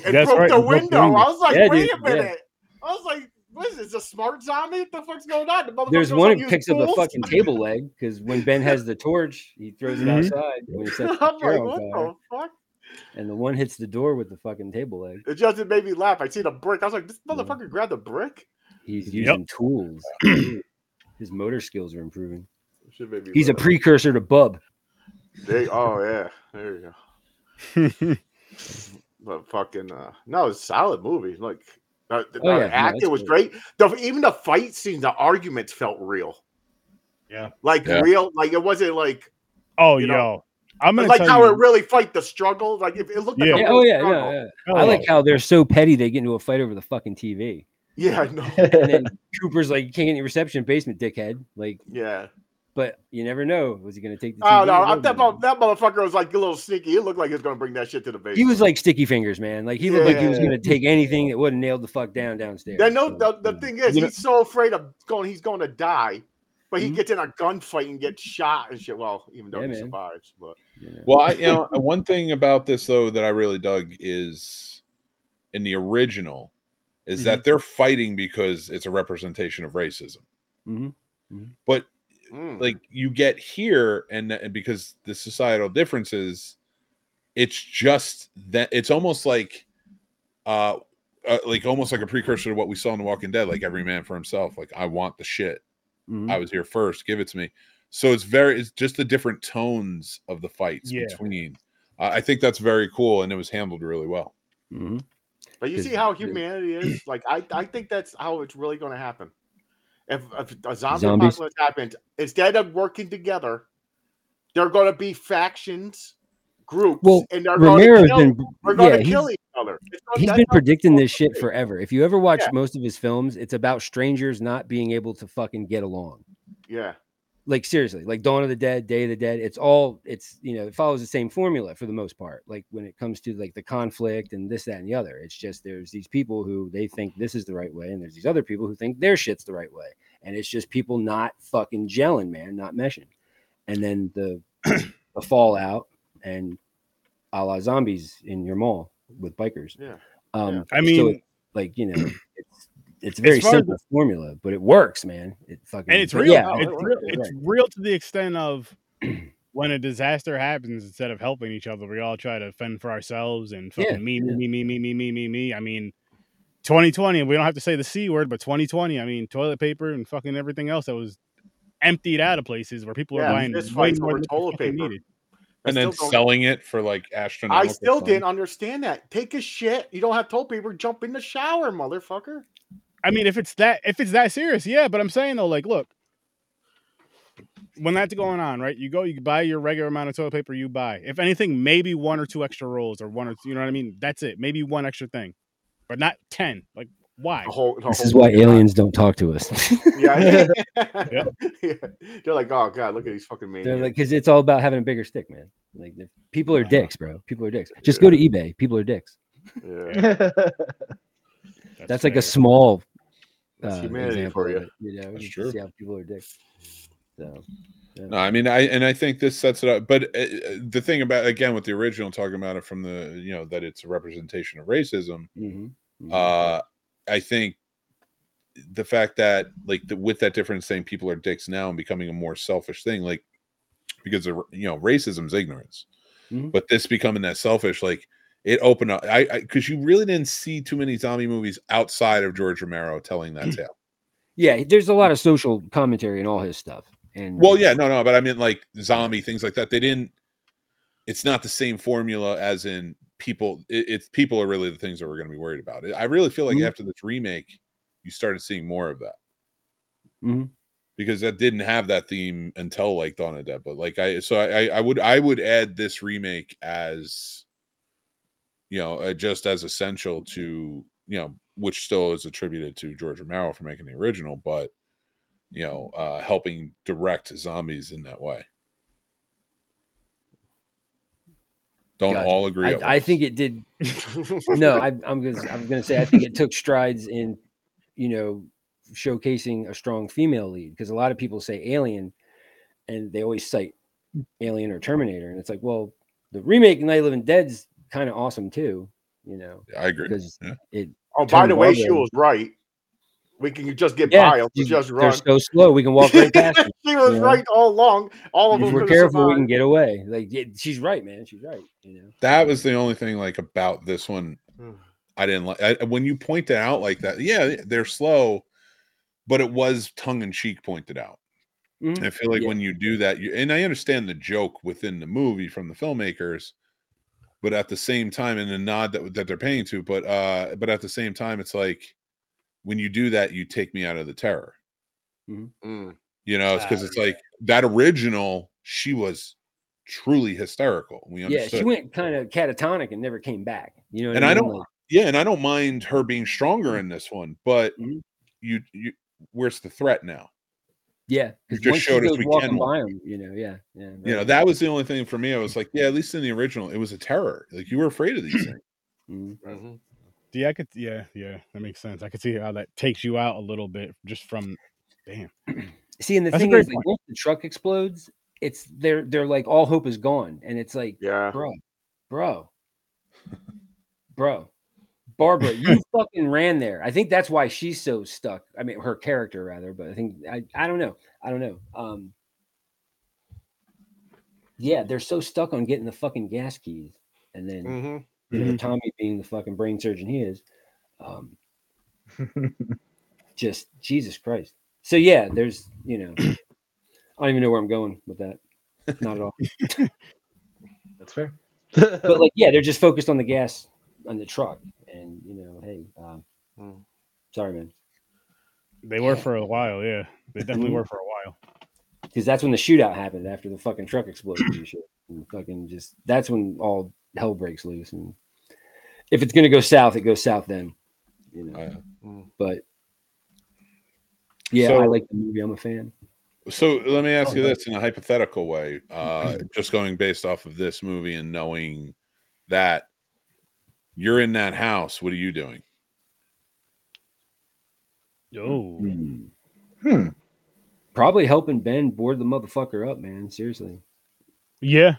Speaker 4: and
Speaker 5: That's
Speaker 4: broke
Speaker 5: right,
Speaker 4: the
Speaker 5: and broke the
Speaker 4: window.
Speaker 5: window.
Speaker 4: I was like,
Speaker 2: Yeah, dude,
Speaker 4: wait a
Speaker 2: yeah.
Speaker 4: minute. I was like, what is this? A smart zombie? What the fuck's going on? The motherfucker
Speaker 2: There's
Speaker 4: was
Speaker 2: one
Speaker 4: like,
Speaker 2: that
Speaker 4: "You
Speaker 2: picks up the
Speaker 4: <laughs> fools."
Speaker 2: fucking table leg because when Ben has the torch, he throws it
Speaker 5: Mhm.
Speaker 2: outside when he sets the
Speaker 4: Mm-hmm. <laughs> I'm
Speaker 2: chair
Speaker 4: like,
Speaker 2: on
Speaker 4: what
Speaker 2: fire,
Speaker 4: the fuck?
Speaker 2: and the one hits the door with the fucking table leg.
Speaker 4: It just it made me laugh. I seen a brick. I was like, this motherfucker grabbed a brick.
Speaker 2: He's
Speaker 5: Yep.
Speaker 2: using
Speaker 4: <clears throat>
Speaker 2: tools. His motor skills are improving.
Speaker 4: It shit made me
Speaker 2: He's a
Speaker 4: laugh.
Speaker 2: precursor to Bub.
Speaker 4: They, oh yeah, there you go. But fucking uh, no, it's a solid movie. Like uh, the,
Speaker 2: Oh,
Speaker 4: the
Speaker 2: yeah, no,
Speaker 4: acting
Speaker 2: it's
Speaker 4: was
Speaker 2: good.
Speaker 4: great. The even the fight scenes, the arguments felt real.
Speaker 5: Yeah.
Speaker 4: like
Speaker 1: Yeah.
Speaker 4: real. Like it wasn't like
Speaker 5: oh,
Speaker 4: you
Speaker 5: yo,
Speaker 4: know,
Speaker 5: I'm gonna
Speaker 4: like
Speaker 5: tell
Speaker 4: how
Speaker 5: you,
Speaker 4: it really fight the struggle. Like it, it looked like
Speaker 5: Yeah.
Speaker 4: a
Speaker 2: Yeah,
Speaker 4: real
Speaker 2: oh yeah, yeah,
Speaker 4: struggle.
Speaker 2: yeah.
Speaker 5: oh,
Speaker 2: I like how they're so petty they get into a fight over the fucking TV,
Speaker 4: yeah,
Speaker 2: <laughs>
Speaker 4: I know.
Speaker 2: and then Cooper's like, "You can't get any reception, in the basement, dickhead!" Like,
Speaker 4: yeah.
Speaker 2: but you never know. Was he going to take the?
Speaker 4: Oh
Speaker 2: TV?
Speaker 4: no,
Speaker 2: or
Speaker 4: I,
Speaker 2: what,
Speaker 4: that,
Speaker 2: man?
Speaker 4: mo- that motherfucker was like a little sneaky. It looked like he was gonna bring that shit to the base.
Speaker 2: He was like sticky fingers, man. Like he looked like he was
Speaker 4: Yeah.
Speaker 2: gonna take anything that wasn't nailed the fuck down downstairs.
Speaker 4: Then no,
Speaker 2: So,
Speaker 4: the, the
Speaker 2: yeah.
Speaker 4: thing is,
Speaker 5: You know-
Speaker 4: he's so afraid of going. He's going to die, but he
Speaker 2: Mhm.
Speaker 4: gets in a gunfight and gets shot and shit. Well, even though
Speaker 2: Yeah,
Speaker 4: he
Speaker 2: man.
Speaker 4: survives, but
Speaker 2: You know.
Speaker 1: Well, I, you know, uh, one thing about this though that I really dug is in the original is that they're fighting because it's a representation of racism.
Speaker 2: Mhm.
Speaker 1: But
Speaker 4: Mm.
Speaker 1: like you get here, and, and because the societal differences, it's just that it's almost like, uh, uh, like almost like a precursor to what we saw in The Walking Dead, like every man for himself. Like I want the shit.
Speaker 2: Mhm.
Speaker 4: Uh,
Speaker 1: I was here first. Give it to me. So it's very it's just the different tones of the fights
Speaker 5: Yeah.
Speaker 1: between. I I think that's very cool, and it was handled really well.
Speaker 2: Mhm.
Speaker 4: But you see
Speaker 2: Is-
Speaker 4: how
Speaker 2: is-
Speaker 4: humanity
Speaker 2: <clears throat>
Speaker 4: is. Like I, I think that's how it's really going to happen. If, if a zombie
Speaker 2: Zombies?
Speaker 4: apocalypse happens, instead of working together, they're going to be factions, groups,
Speaker 2: Well,
Speaker 4: and they're going to
Speaker 2: Romero's
Speaker 4: kill.
Speaker 2: been
Speaker 4: we're going
Speaker 2: yeah
Speaker 4: to
Speaker 2: he's,
Speaker 4: kill each other. It's not-
Speaker 2: he's
Speaker 4: that's
Speaker 2: been
Speaker 4: not-
Speaker 2: predicting this shit forever. If you ever watch
Speaker 4: Yeah.
Speaker 2: most of his films, it's about strangers not being able to fucking get along.
Speaker 4: Yeah,
Speaker 2: Like seriously, like Dawn of the Dead, Day of the Dead. It's all it's you know it follows the same formula for the most part. Like when it comes to like the conflict and this that and the other, it's just there's these people who they think this is the right way, and there's these other people who think their shit's the right way. and it's just people not fucking gelling, man, not meshing. And
Speaker 4: <clears throat>
Speaker 2: then the the fallout and a la zombies in your mall, with bikers.
Speaker 4: Yeah.
Speaker 2: Um,
Speaker 4: Yeah.
Speaker 5: I
Speaker 2: so
Speaker 5: mean,
Speaker 2: it- like you
Speaker 5: <clears throat>
Speaker 2: know, it's it's a very
Speaker 5: far as
Speaker 2: simple formula, but it works, man. It fucking
Speaker 5: and it's
Speaker 2: but
Speaker 5: real.
Speaker 2: Yeah,
Speaker 4: Oh,
Speaker 5: it's,
Speaker 4: it
Speaker 5: real
Speaker 4: works.
Speaker 5: it's real to the extent of <clears throat> when a disaster happens, instead of helping each other, we all try to fend for ourselves and fucking
Speaker 2: Yeah,
Speaker 5: me,
Speaker 2: yeah.
Speaker 5: me, me, me, me, me, me, me. I mean, 2020. We don't have to say the c word, but 2020. I mean, toilet paper and fucking everything else that was emptied out of places where people
Speaker 4: Yeah,
Speaker 5: are buying
Speaker 4: fistfights
Speaker 5: way more
Speaker 4: over
Speaker 5: than they
Speaker 4: toilet
Speaker 5: fucking
Speaker 4: paper.
Speaker 5: needed.
Speaker 4: I
Speaker 1: and then
Speaker 4: still don't-
Speaker 1: selling it for like astronomical.
Speaker 4: I still
Speaker 1: sums.
Speaker 4: didn't understand that. Take a shit. You don't have toilet paper. Jump in the shower, motherfucker.
Speaker 5: I mean, if it's that if it's that serious, yeah. But I'm saying though, like, look, when that's going on, right? You go, you buy your regular amount of toilet paper you buy. If anything, maybe one or two extra rolls, or one or two, you know what I mean? That's it. Maybe one extra thing, but not ten. Like, why?
Speaker 4: The whole, the
Speaker 2: this
Speaker 4: whole
Speaker 2: is why
Speaker 4: fucking-
Speaker 2: aliens don't talk to us. <laughs>
Speaker 4: Yeah. <laughs> yeah. They're like, oh god, look at these fucking maniacs.
Speaker 2: They're like, because it's all about having a bigger stick, man. Like the- people are
Speaker 5: Yeah.
Speaker 2: dicks, bro. People are dicks. Just go to eBay. People are dicks.
Speaker 4: yeah.
Speaker 6: That's
Speaker 2: That's, like a small. uh,
Speaker 4: That's humanity
Speaker 2: example
Speaker 4: for
Speaker 2: of
Speaker 4: you.
Speaker 2: it, You know,
Speaker 1: That's
Speaker 2: you
Speaker 1: true.
Speaker 2: see how people are dicks. So, yeah.
Speaker 1: No, I mean, I and I think this sets it up. But uh, uh, the thing about again with the original, talking about it from the you know that it's a representation of racism.
Speaker 2: Mhm, mhm.
Speaker 1: Uh, I think the fact that like the, with that difference, saying people are dicks now and becoming a more selfish thing, like because of, you know racism's ignorance,
Speaker 2: Mhm.
Speaker 1: but this becoming that selfish, like it opened up. I because you really didn't see too many zombie movies outside of George Romero telling that tale.
Speaker 2: yeah, there's a lot of social commentary in all his stuff. And
Speaker 1: Well, yeah, no, no, but I mean like zombie things like that. They didn't. It's not the same formula as in people. It, it's people are really the things that we're going to be worried about. I really feel like
Speaker 2: Mhm.
Speaker 1: after this remake, you started seeing more of that
Speaker 2: Mhm.
Speaker 1: because that didn't have that theme until like Dawn of the Dead. But like I, so I, I- I would, I would add this remake as, you know, uh, just as essential to you know, which still is attributed to George Romero for making the original, but you know, uh helping direct zombies in that way. Don't
Speaker 2: Gotcha.
Speaker 1: all agree? at
Speaker 2: I, I
Speaker 1: once.
Speaker 2: think it did. <laughs>
Speaker 1: <laughs>
Speaker 2: No, I, I'm gonna I'm gonna say I think it took strides in, you know, showcasing a strong female lead because a lot of people say Alien, and they always cite Alien or Terminator, and it's like, well, the remake of Night of the Living Dead's kind of awesome too, you know,
Speaker 1: I agree.
Speaker 2: because
Speaker 1: Yeah.
Speaker 2: it
Speaker 4: oh, by
Speaker 2: Turn
Speaker 4: the way,
Speaker 2: Barbara
Speaker 4: she
Speaker 2: in.
Speaker 4: was right. We can just get
Speaker 2: yeah,
Speaker 4: by.
Speaker 2: you-
Speaker 4: Let's just
Speaker 2: they're
Speaker 4: run.
Speaker 2: so slow we can walk
Speaker 4: <laughs>
Speaker 2: right
Speaker 1: <laughs>
Speaker 2: past. them.
Speaker 4: she was
Speaker 2: you know?
Speaker 4: right all along. All of
Speaker 2: If
Speaker 4: them.
Speaker 2: we're
Speaker 4: could've
Speaker 2: careful, we
Speaker 4: survived.
Speaker 2: can get away. Like yeah, she's right, man. She's right. You know.
Speaker 1: That was the only thing like about this one I didn't like I, when you point that out like that. Yeah, they're slow, but it was tongue in cheek pointed out.
Speaker 2: Mhm.
Speaker 1: I feel like
Speaker 2: Yeah.
Speaker 1: when you do that, you, and I understand the joke within the movie from the filmmakers, but at the same time, and the nod that that they're paying to, but uh, but at the same time, it's like when you do that, you take me out of the terror.
Speaker 2: Mm-hmm.
Speaker 4: Mm.
Speaker 1: You know, it's because
Speaker 5: Ah,
Speaker 1: it's like that original. She was truly hysterical. We
Speaker 2: Yeah,
Speaker 1: understood.
Speaker 2: she went kind of catatonic and never came back. You know, what
Speaker 1: And I
Speaker 2: mean?
Speaker 1: don't-
Speaker 2: Like,
Speaker 1: Yeah, and I don't mind her being
Speaker 5: Mm-hmm.
Speaker 1: stronger in this one, but
Speaker 2: Mhm.
Speaker 1: you you where's the threat now?
Speaker 2: Yeah, because
Speaker 1: just
Speaker 2: once she
Speaker 1: showed us
Speaker 2: goes
Speaker 1: we
Speaker 2: walking
Speaker 1: can walk.
Speaker 2: by him, you know, yeah, yeah,
Speaker 1: You know,
Speaker 2: right.
Speaker 1: that was the only thing for me. I was
Speaker 5: Mm-hmm.
Speaker 1: like, yeah, at least in the original, it was a terror. Like you were afraid of these
Speaker 5: <clears throat>
Speaker 1: things.
Speaker 2: Mhm.
Speaker 4: Mhm.
Speaker 5: Yeah, I could. Yeah, yeah, that makes sense. I could see how that takes you out a little bit just from. Damn.
Speaker 2: See, and the
Speaker 5: That's a
Speaker 2: thing
Speaker 5: great
Speaker 2: is, like,
Speaker 5: point.
Speaker 2: once the truck explodes, it's they're they're like all hope is gone, and it's like,
Speaker 4: Yeah.
Speaker 2: bro, bro, bro, Barbara,
Speaker 5: <laughs>
Speaker 2: you fucking ran there. I think that's why she's so stuck. I mean, her character rather, but I think I I don't know, I don't know. Um, yeah, they're so stuck on getting the fucking gas keys, and then
Speaker 4: hmm
Speaker 2: you know,
Speaker 5: Mhm.
Speaker 2: Tommy being the fucking brain surgeon he is, um, just Jesus Christ. So yeah, there's you know, I don't even know where I'm going with that. Not at all.
Speaker 6: fair.
Speaker 2: But like, yeah, they're just focused on the gas on the truck, and you know, hey, um,
Speaker 4: Mm.
Speaker 2: sorry, man,
Speaker 5: They were for a while. Yeah, they definitely were for a while.
Speaker 2: because that's when the shootout happened after the fucking truck exploded and shit, and fucking just that's when all hell breaks loose. And if it's gonna go south, it goes south then, you know.
Speaker 1: Uh,
Speaker 2: But yeah,
Speaker 1: So-
Speaker 2: I like the movie. I'm a fan.
Speaker 1: so let me ask
Speaker 5: Oh,
Speaker 1: you
Speaker 5: yeah.
Speaker 1: this in a hypothetical way,
Speaker 5: <clears throat>
Speaker 1: uh, just going based off of this movie and knowing that you're in that house. What are you doing?
Speaker 5: Oh,
Speaker 6: Mm-hmm. <laughs> Hmm.
Speaker 2: Probably helping Ben board the motherfucker up, man. Seriously.
Speaker 5: yeah.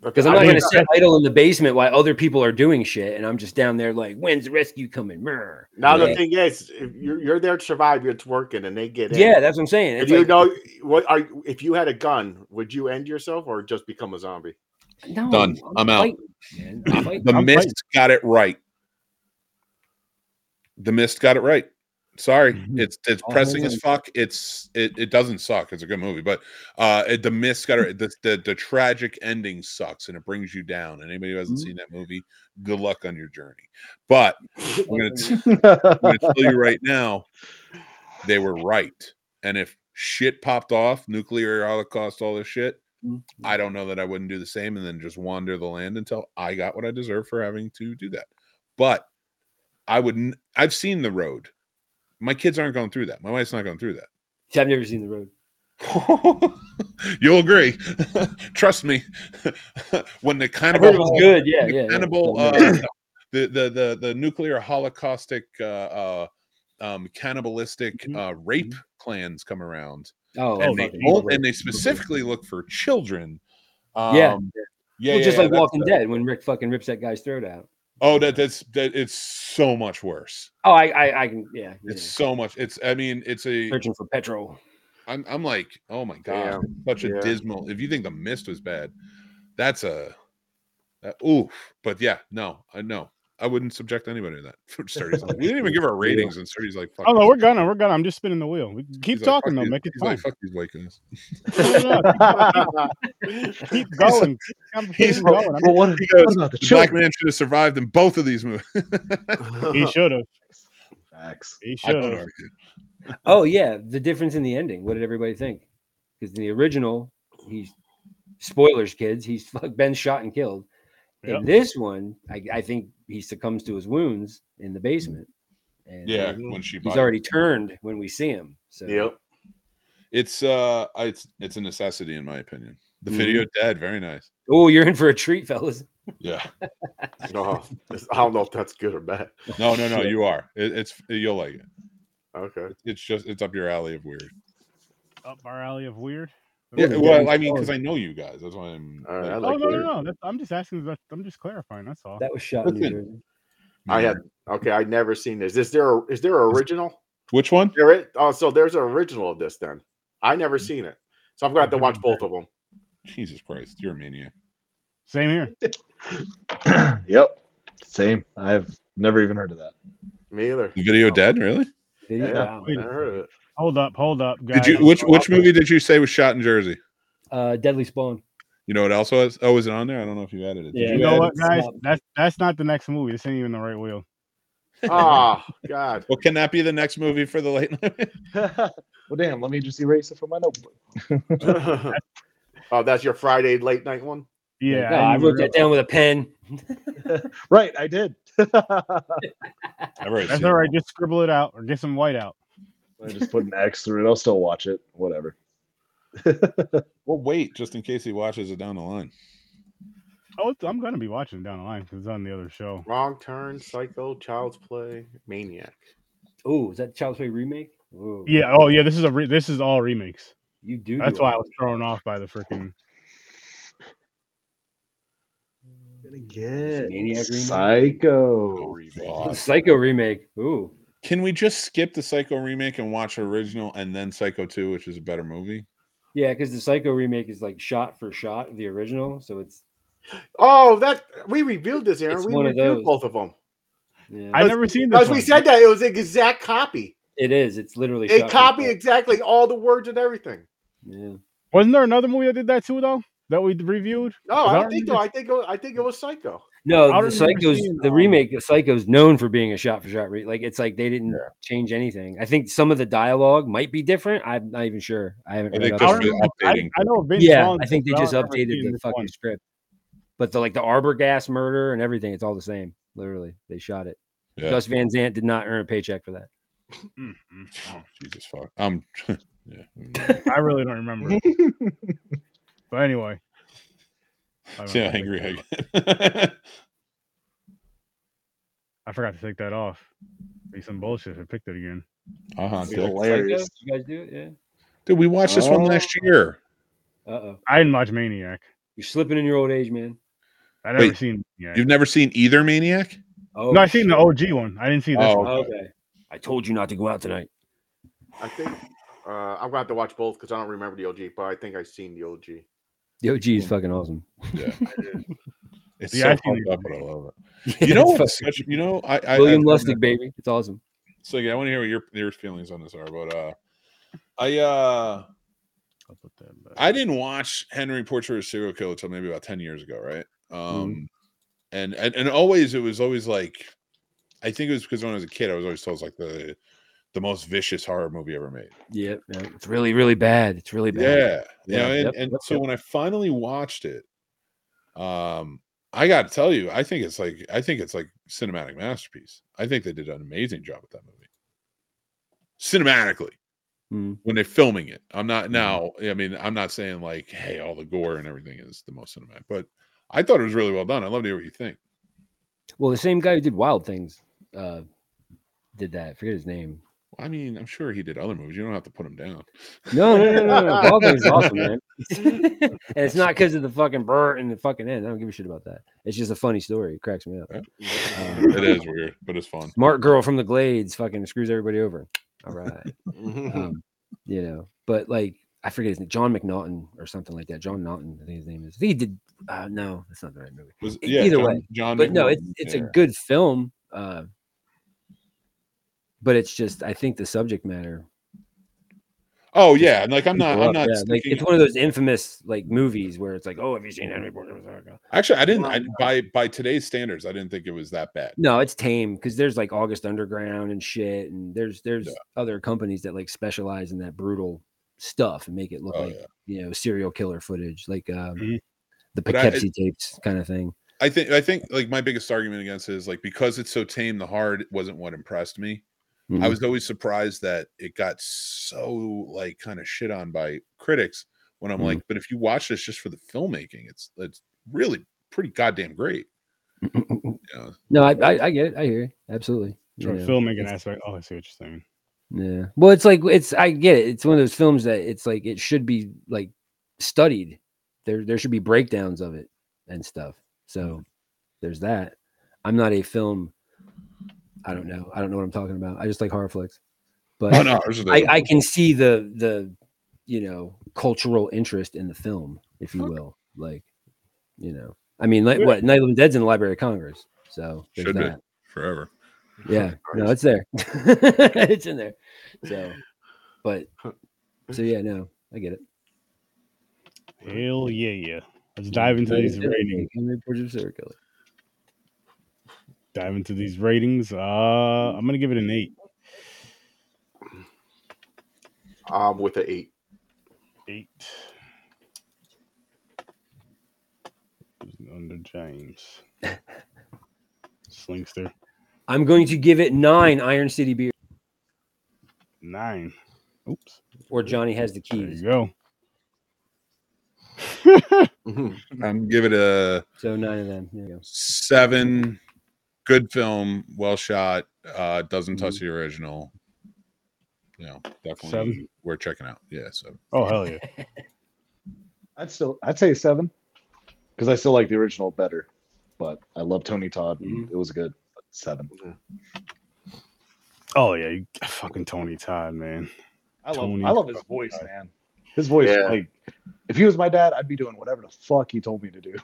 Speaker 2: Because I'm not
Speaker 5: I
Speaker 2: going
Speaker 5: mean-
Speaker 2: to sit idle in the basement while other people are doing shit, and I'm just down there like, when's the rescue coming? Mrr.
Speaker 4: Now the
Speaker 2: Yeah.
Speaker 4: thing is, if you're you're there to survive. You're working, and they get in.
Speaker 2: Yeah, that's what I'm saying.
Speaker 4: If
Speaker 2: It's
Speaker 4: you
Speaker 2: like,
Speaker 4: know what are if you had a gun, would you end yourself or just become a
Speaker 2: <laughs>
Speaker 4: zombie?
Speaker 2: no,
Speaker 1: Done. I'm out.
Speaker 2: fighting, man.
Speaker 1: <laughs>
Speaker 2: I'm fighting.
Speaker 1: The
Speaker 5: I'm
Speaker 1: mist
Speaker 5: fighting.
Speaker 1: got it right. The mist got it right. Sorry,
Speaker 5: Mhm.
Speaker 1: it's it's
Speaker 2: All
Speaker 1: pressing
Speaker 2: hands
Speaker 1: as
Speaker 2: on-
Speaker 1: fuck. It's it, it doesn't suck. It's a good movie, but uh, it, the mist got it. right. The, the the tragic ending sucks and it brings you down. And anybody who hasn't
Speaker 5: Mhm.
Speaker 1: seen that movie, good luck on your journey. But I'm gonna, t- I'm gonna tell you right now, they were right. And if shit popped off, nuclear holocaust, all this shit,
Speaker 5: Mhm.
Speaker 1: I
Speaker 2: Mm-hmm.
Speaker 1: don't know that I wouldn't do the same and then just wander the land until I got what I deserve for having to do that. But I wouldn't. I've seen the road. My kids aren't going through that. My wife's not going through
Speaker 2: See, I've never seen the road. <laughs>
Speaker 1: that. You'll agree. <laughs> Trust me. <laughs> when the
Speaker 2: I
Speaker 1: cannibal
Speaker 2: heard it was Oh, good. Yeah,
Speaker 1: the
Speaker 2: yeah. yeah.
Speaker 1: cannibal,
Speaker 2: I've never-
Speaker 1: uh, the, the the the nuclear holocaustic uh, uh, um, cannibalistic
Speaker 5: Mhm.
Speaker 1: uh, rape plans come around,
Speaker 2: Mm-hmm. oh,
Speaker 1: and
Speaker 5: oh,
Speaker 1: they
Speaker 5: no,
Speaker 1: on-
Speaker 2: evil rape.
Speaker 1: and they specifically look for children. Um,
Speaker 2: Yeah.
Speaker 1: yeah,
Speaker 2: well,
Speaker 1: yeah,
Speaker 2: just
Speaker 1: yeah,
Speaker 2: like
Speaker 1: that's
Speaker 2: Walking
Speaker 1: the-
Speaker 2: Dead when Rick fucking rips that guy's throat out.
Speaker 1: Oh, that that's that. It's so much worse.
Speaker 2: Oh, I, I, I can. Yeah, yeah.
Speaker 1: It's so much. It's. I mean, it's a.
Speaker 2: searching for petrol.
Speaker 1: I'm. I'm like, oh my god,
Speaker 4: Damn.
Speaker 1: it's such a
Speaker 4: yeah.
Speaker 1: dismal. If you think the mist was bad, that's a. That, oof. But yeah, no, I know. I wouldn't subject anybody to that. <laughs> Sturdy's like, we didn't even give our ratings, and Sturdy's like, fuck
Speaker 5: Oh no,
Speaker 1: this.
Speaker 5: we're gonna, we're gonna. I'm just spinning the wheel. We can keep
Speaker 1: He's like, fuck
Speaker 5: talking though,
Speaker 1: these-
Speaker 5: make it
Speaker 1: he's
Speaker 5: fun.
Speaker 1: like, fuck these white guys.
Speaker 5: No, no, <laughs> keep going. Keep
Speaker 6: Bro, <laughs>
Speaker 5: going.
Speaker 6: bro, what,
Speaker 1: He goes,
Speaker 6: what about the
Speaker 1: The black
Speaker 6: children?
Speaker 1: man should have survived in both of these <laughs> movies.
Speaker 5: He should have.
Speaker 6: Facts.
Speaker 5: He
Speaker 1: I
Speaker 5: should
Speaker 1: don't
Speaker 5: have.
Speaker 1: argue.
Speaker 2: Oh yeah, the difference in the ending. What did everybody think? Because the original, he's spoilers, kids. He's <laughs> fuck- been shot and killed.
Speaker 5: Yep.
Speaker 2: In this one, I, I think he succumbs to his wounds in the basement. And
Speaker 1: Yeah,
Speaker 4: Mhm.
Speaker 1: when she
Speaker 2: he's
Speaker 1: bought
Speaker 2: already turned when we see him. So
Speaker 4: Yep.
Speaker 1: it's uh, it's it's a necessity in my opinion. The
Speaker 4: Mhm.
Speaker 1: video dead, very nice.
Speaker 2: oh, you're in for a treat, fellas.
Speaker 5: Uh-huh.
Speaker 1: Yeah,
Speaker 4: No, I don't know if that's good or bad.
Speaker 1: no, no, no, you are. It, it's you'll like it.
Speaker 4: Okay.
Speaker 1: It's just it's up your alley of weird.
Speaker 5: Up our alley of weird.
Speaker 1: Yeah,
Speaker 2: yeah.
Speaker 1: well, I mean, because I know you guys, that's why I'm.
Speaker 4: Oh. All right, I
Speaker 1: like,
Speaker 5: Oh
Speaker 4: like
Speaker 5: no,
Speaker 4: weird.
Speaker 5: no, no. That's, I'm just asking. That, I'm just clarifying. That's all.
Speaker 2: That was shot in New
Speaker 1: Listen.
Speaker 2: Jersey.
Speaker 4: I had
Speaker 1: man.
Speaker 4: okay. I've never seen this. Is there a, is there a original?
Speaker 1: which one?
Speaker 4: There it. Oh, so there's an original of this then. I never seen it, so I'm gonna have to watch both of them.
Speaker 1: Jesus Christ, you're a maniac.
Speaker 5: Same here.
Speaker 6: <clears throat> yep. Same. I've never even heard of that.
Speaker 4: Me either.
Speaker 1: The video dead, really?
Speaker 2: Did he?
Speaker 4: Yeah.
Speaker 2: Wow.
Speaker 4: I never heard of it.
Speaker 5: Hold up, hold up, guys.
Speaker 1: Did you
Speaker 5: I'm
Speaker 1: which
Speaker 5: so-
Speaker 1: which movie did you say was shot in Jersey?
Speaker 2: Uh, Deadly Spawn.
Speaker 1: You know what else was? Oh, was it on there? I don't know if you added it. Did
Speaker 2: Yeah,
Speaker 5: You know
Speaker 1: add
Speaker 5: what,
Speaker 1: it?
Speaker 5: guys?
Speaker 2: Slop.
Speaker 5: That's that's not the next movie. This ain't even the right wheel.
Speaker 4: Oh
Speaker 1: <laughs>
Speaker 4: God.
Speaker 1: Well, can that be the next movie for the late
Speaker 4: <laughs>
Speaker 1: night?
Speaker 6: <laughs> well, damn. Let me just erase it from my notebook.
Speaker 4: <laughs> oh, that's your Friday late night one.
Speaker 5: Yeah,
Speaker 2: No,
Speaker 5: I
Speaker 2: I
Speaker 5: didn't
Speaker 2: wrote
Speaker 5: even
Speaker 2: that down with a pen.
Speaker 6: Right, I did. <laughs> I
Speaker 1: I've already
Speaker 5: That's
Speaker 1: seen
Speaker 5: all
Speaker 1: it.
Speaker 5: right. Just scribble it out or get some white out.
Speaker 6: just put an X through it. I'll still watch it. Whatever.
Speaker 1: Well, wait, just in case he watches it down the line.
Speaker 5: Oh, it's- I'm gonna be watching it down the line because it's on the other show.
Speaker 4: Wrong turn, psycho, child's play, maniac.
Speaker 2: Oh, is that Child's Play remake? Ooh,
Speaker 5: Yeah. Oh, yeah. This is a re- this is all remakes.
Speaker 2: you do. do
Speaker 5: That's why I
Speaker 2: all
Speaker 5: was thrown off by the freaking.
Speaker 6: Gonna get
Speaker 2: Maniac remake?
Speaker 6: Psycho.
Speaker 2: that.
Speaker 1: Oh, God.
Speaker 2: Psycho remake. Ooh,
Speaker 1: Can we just skip the Psycho remake and watch original and then Psycho 2, which is a better movie?
Speaker 2: yeah, because the Psycho remake is like shot for shot of the original, so it's
Speaker 4: Oh, that we reviewed this, Aaron.
Speaker 2: It's
Speaker 4: we
Speaker 2: one of
Speaker 4: reviewed
Speaker 2: those.
Speaker 4: both of them.
Speaker 2: yeah,
Speaker 5: I never seen this.
Speaker 4: As we
Speaker 5: one.
Speaker 4: said that it was an exact copy.
Speaker 2: it is. It's literally
Speaker 4: They
Speaker 2: shot for
Speaker 4: copy
Speaker 2: shot.
Speaker 4: exactly all the words and everything.
Speaker 2: Yeah.
Speaker 5: Wasn't there another movie that did that too though? That we reviewed?
Speaker 4: No, I
Speaker 5: I
Speaker 4: don't think so.
Speaker 5: remember-
Speaker 4: I think it, I think it was Psycho.
Speaker 2: No, the
Speaker 5: I remember
Speaker 2: Psycho's
Speaker 5: seeing,
Speaker 2: the
Speaker 5: um,
Speaker 2: remake of Psycho's known for being a shot for shot. Re- like it's like they didn't change anything. I think some of the dialogue might be different. I'm not even sure. I haven't
Speaker 1: I
Speaker 2: read
Speaker 1: think
Speaker 2: up
Speaker 1: just
Speaker 2: on
Speaker 5: I,
Speaker 1: for
Speaker 2: it.
Speaker 1: the
Speaker 5: remember, I,
Speaker 1: updating.
Speaker 5: I know Vince
Speaker 2: Yeah,
Speaker 5: Vaughn
Speaker 2: I
Speaker 5: did
Speaker 2: think
Speaker 5: it,
Speaker 2: they
Speaker 5: but I
Speaker 2: just
Speaker 5: don't remember
Speaker 2: updated
Speaker 5: seeing
Speaker 2: the
Speaker 5: this
Speaker 2: fucking
Speaker 5: one.
Speaker 2: script. But the like the Arbor Gas murder and everything, it's all the same. Literally, they shot it.
Speaker 1: Yeah.
Speaker 2: Gus Van Zant did not earn a paycheck for that. <laughs>
Speaker 5: Mm, mm,
Speaker 1: Oh, Jesus fuck. I'm <laughs> yeah.
Speaker 5: mm. I really don't remember.
Speaker 2: <laughs>
Speaker 5: but anyway. I
Speaker 1: See how
Speaker 5: forgot to
Speaker 1: angry
Speaker 5: take
Speaker 1: I
Speaker 5: that-
Speaker 1: get. <laughs>
Speaker 5: I forgot to take that off. Be some bullshit if I picked it again.
Speaker 1: uh-huh,
Speaker 6: It's
Speaker 1: dick.
Speaker 6: hilarious.
Speaker 2: Psycho? You guys do it?
Speaker 1: Dude, we watched this one
Speaker 6: Oh.
Speaker 1: last year.
Speaker 2: Yeah. Uh oh.
Speaker 5: I didn't watch Maniac.
Speaker 2: You're slipping in your old age, man.
Speaker 5: I never
Speaker 1: Wait,
Speaker 5: seen. Yeah.
Speaker 1: You've never seen either Maniac?
Speaker 2: Oh,
Speaker 5: No, I seen the OG one. I didn't see this.
Speaker 1: Oh,
Speaker 5: one.
Speaker 1: okay.
Speaker 2: Okay. I told you not to go out tonight.
Speaker 4: I think uh, I'm gonna have to watch both because I don't remember the OG, but I think I've seen the OG.
Speaker 2: The OG is fucking <laughs> awesome.
Speaker 1: Yeah, it's
Speaker 5: Yeah, I
Speaker 1: so
Speaker 5: seen
Speaker 1: fucked
Speaker 5: it.
Speaker 1: up, but I love it.
Speaker 2: It's
Speaker 1: You know,
Speaker 2: fucking-
Speaker 1: what's such, you know, I, I
Speaker 2: William
Speaker 1: I-
Speaker 2: Lustig, baby. It's awesome.
Speaker 1: So yeah, I want to hear what your your feelings on this are, but uh, I uh,
Speaker 5: I'll put that back.
Speaker 1: I didn't watch Henry Portrait of a Serial Killer until maybe about ten years ago, right? Um,
Speaker 2: Mm-hmm.
Speaker 1: and, and and always it was always like, I think it was because when I was a kid, I was always told it's like the the most vicious horror movie ever made.
Speaker 2: Yeah, yeah. It's really, really bad. It's really bad.
Speaker 1: Yeah, you know,
Speaker 2: Yeah,
Speaker 1: and,
Speaker 2: yep,
Speaker 1: and
Speaker 2: yep,
Speaker 1: so
Speaker 2: yep.
Speaker 1: when I finally watched it, um, I got to tell you, I think it's like I think it's like cinematic masterpiece. I think they did an amazing job with that movie, cinematically
Speaker 2: Mm.
Speaker 1: when they're filming it. I'm
Speaker 2: Mm-hmm.
Speaker 1: not now. I mean, I'm not saying like, hey, all the gore and everything is the most cinematic, but I thought it was really well done. I'd love to hear what you think.
Speaker 2: Well, the same guy who did Wild Things uh, did that. I forget his name.
Speaker 1: I mean, I'm sure he did other movies. You don't have to put him
Speaker 2: <laughs>
Speaker 1: down.
Speaker 2: No, no, no,
Speaker 1: <laughs>
Speaker 2: no, no. Wild Things is awesome, man. <laughs> and it's not because of the fucking burr and the fucking end. I don't give a shit about that. It's just a funny story. It cracks me up.
Speaker 1: <laughs> it is weird, but it's fun.
Speaker 2: Smart girl from the Glades fucking screws everybody over. All right.
Speaker 1: Mm-hmm.
Speaker 2: um, you know. But like, I forget his name, John McNaughton or something like that. John Naughton, I think his name is. I think he did. Uh, no, that's not the right movie.
Speaker 1: Was,
Speaker 2: E- either
Speaker 1: John-
Speaker 2: way,
Speaker 1: John.
Speaker 2: But no,
Speaker 1: McNaughton,
Speaker 2: it's it's a
Speaker 1: yeah.
Speaker 2: good film. Uh, but it's just, I think the subject matter.
Speaker 1: Oh yeah, and like I'm not.
Speaker 2: people
Speaker 1: I'm
Speaker 2: up,
Speaker 1: not.
Speaker 2: yeah, like
Speaker 1: sticking-
Speaker 2: it's one of those infamous like movies where it's like, oh, have you seen Henry Porter?
Speaker 1: Actually, I didn't. I,
Speaker 2: Wow.
Speaker 1: by by today's standards, I didn't think it was that bad.
Speaker 2: No, it's tame because there's like August Underground and shit, and there's there's other companies that like specialize in that brutal stuff and make it look
Speaker 1: Oh,
Speaker 2: like
Speaker 1: yeah.
Speaker 2: you know serial killer footage, like um,
Speaker 5: Mhm.
Speaker 1: Mm-hmm.
Speaker 2: the
Speaker 1: But I-
Speaker 2: Poughkeepsie tapes kind of thing.
Speaker 1: I think. I think like my biggest argument against it is like because it's so tame, the hard wasn't what impressed me. I
Speaker 2: Mhm.
Speaker 1: was always surprised that it got so like kind of shit on by critics. When I'm
Speaker 2: Mhm.
Speaker 1: like, but if you watch this just for the filmmaking, it's it's really pretty goddamn great. Yeah.
Speaker 2: no, I, I I get it. I hear you. absolutely. you
Speaker 5: Sure,
Speaker 2: know.
Speaker 5: filmmaking aspect. Oh, I see what you're saying.
Speaker 2: Yeah. Well, it's like it's I get it. It's one of those films that it's like it should be like studied. There there should be breakdowns of it and stuff.
Speaker 1: Mm-hmm.
Speaker 2: So there's that. I'm not a film I don't know. I don't know what I'm talking about. I just like horror flicks.
Speaker 1: <laughs>
Speaker 2: But
Speaker 1: Oh no, this is
Speaker 2: I,
Speaker 1: the-
Speaker 2: I can see the the you know cultural interest in the film, if you will. Like, you know. I mean, like
Speaker 5: Yeah.
Speaker 2: what Night of the Dead's in the Library of Congress. So there's
Speaker 1: Should be.
Speaker 2: that.
Speaker 1: forever.
Speaker 2: Yeah, no,
Speaker 4: Christ.
Speaker 2: it's there. it's in there. So, but so yeah, no, I get it.
Speaker 5: Hell yeah, yeah.
Speaker 2: Mm,
Speaker 5: Let's dive into
Speaker 2: Like I
Speaker 5: these
Speaker 2: said, I
Speaker 5: ratings.
Speaker 2: think Henry Portrait of a Serial Killer.
Speaker 5: Dive into these ratings. Uh, I'm gonna give it an eight.
Speaker 4: <laughs> Um, with an eight.
Speaker 5: Eight. Under
Speaker 6: <laughs>
Speaker 5: James. Slingster.
Speaker 2: I'm going to give it nine Iron City beer
Speaker 5: Nine. Oops.
Speaker 2: or Johnny has the
Speaker 5: There you
Speaker 2: keys.
Speaker 5: go.
Speaker 4: Mm-hmm.
Speaker 5: <laughs>
Speaker 1: I'm Um, give it a
Speaker 2: So nine of them. There you go.
Speaker 1: seven. Good film, well shot. Uh, doesn't
Speaker 2: Mm-hmm.
Speaker 1: touch the original. You know, definitely
Speaker 5: Seven.
Speaker 1: we're checking out. Yeah, so
Speaker 5: oh
Speaker 6: <laughs>
Speaker 5: hell yeah.
Speaker 6: I'd still I'd say seven because I still like the original better, but I love Tony Todd. and It was good. but Seven.
Speaker 5: Oh yeah. You, fucking Tony Todd, man.
Speaker 6: I love
Speaker 5: Tony
Speaker 6: I love his
Speaker 5: Todd.
Speaker 6: voice, man. His voice,
Speaker 4: Yeah.
Speaker 6: like if he was my dad, I'd be doing whatever the fuck he told me to do.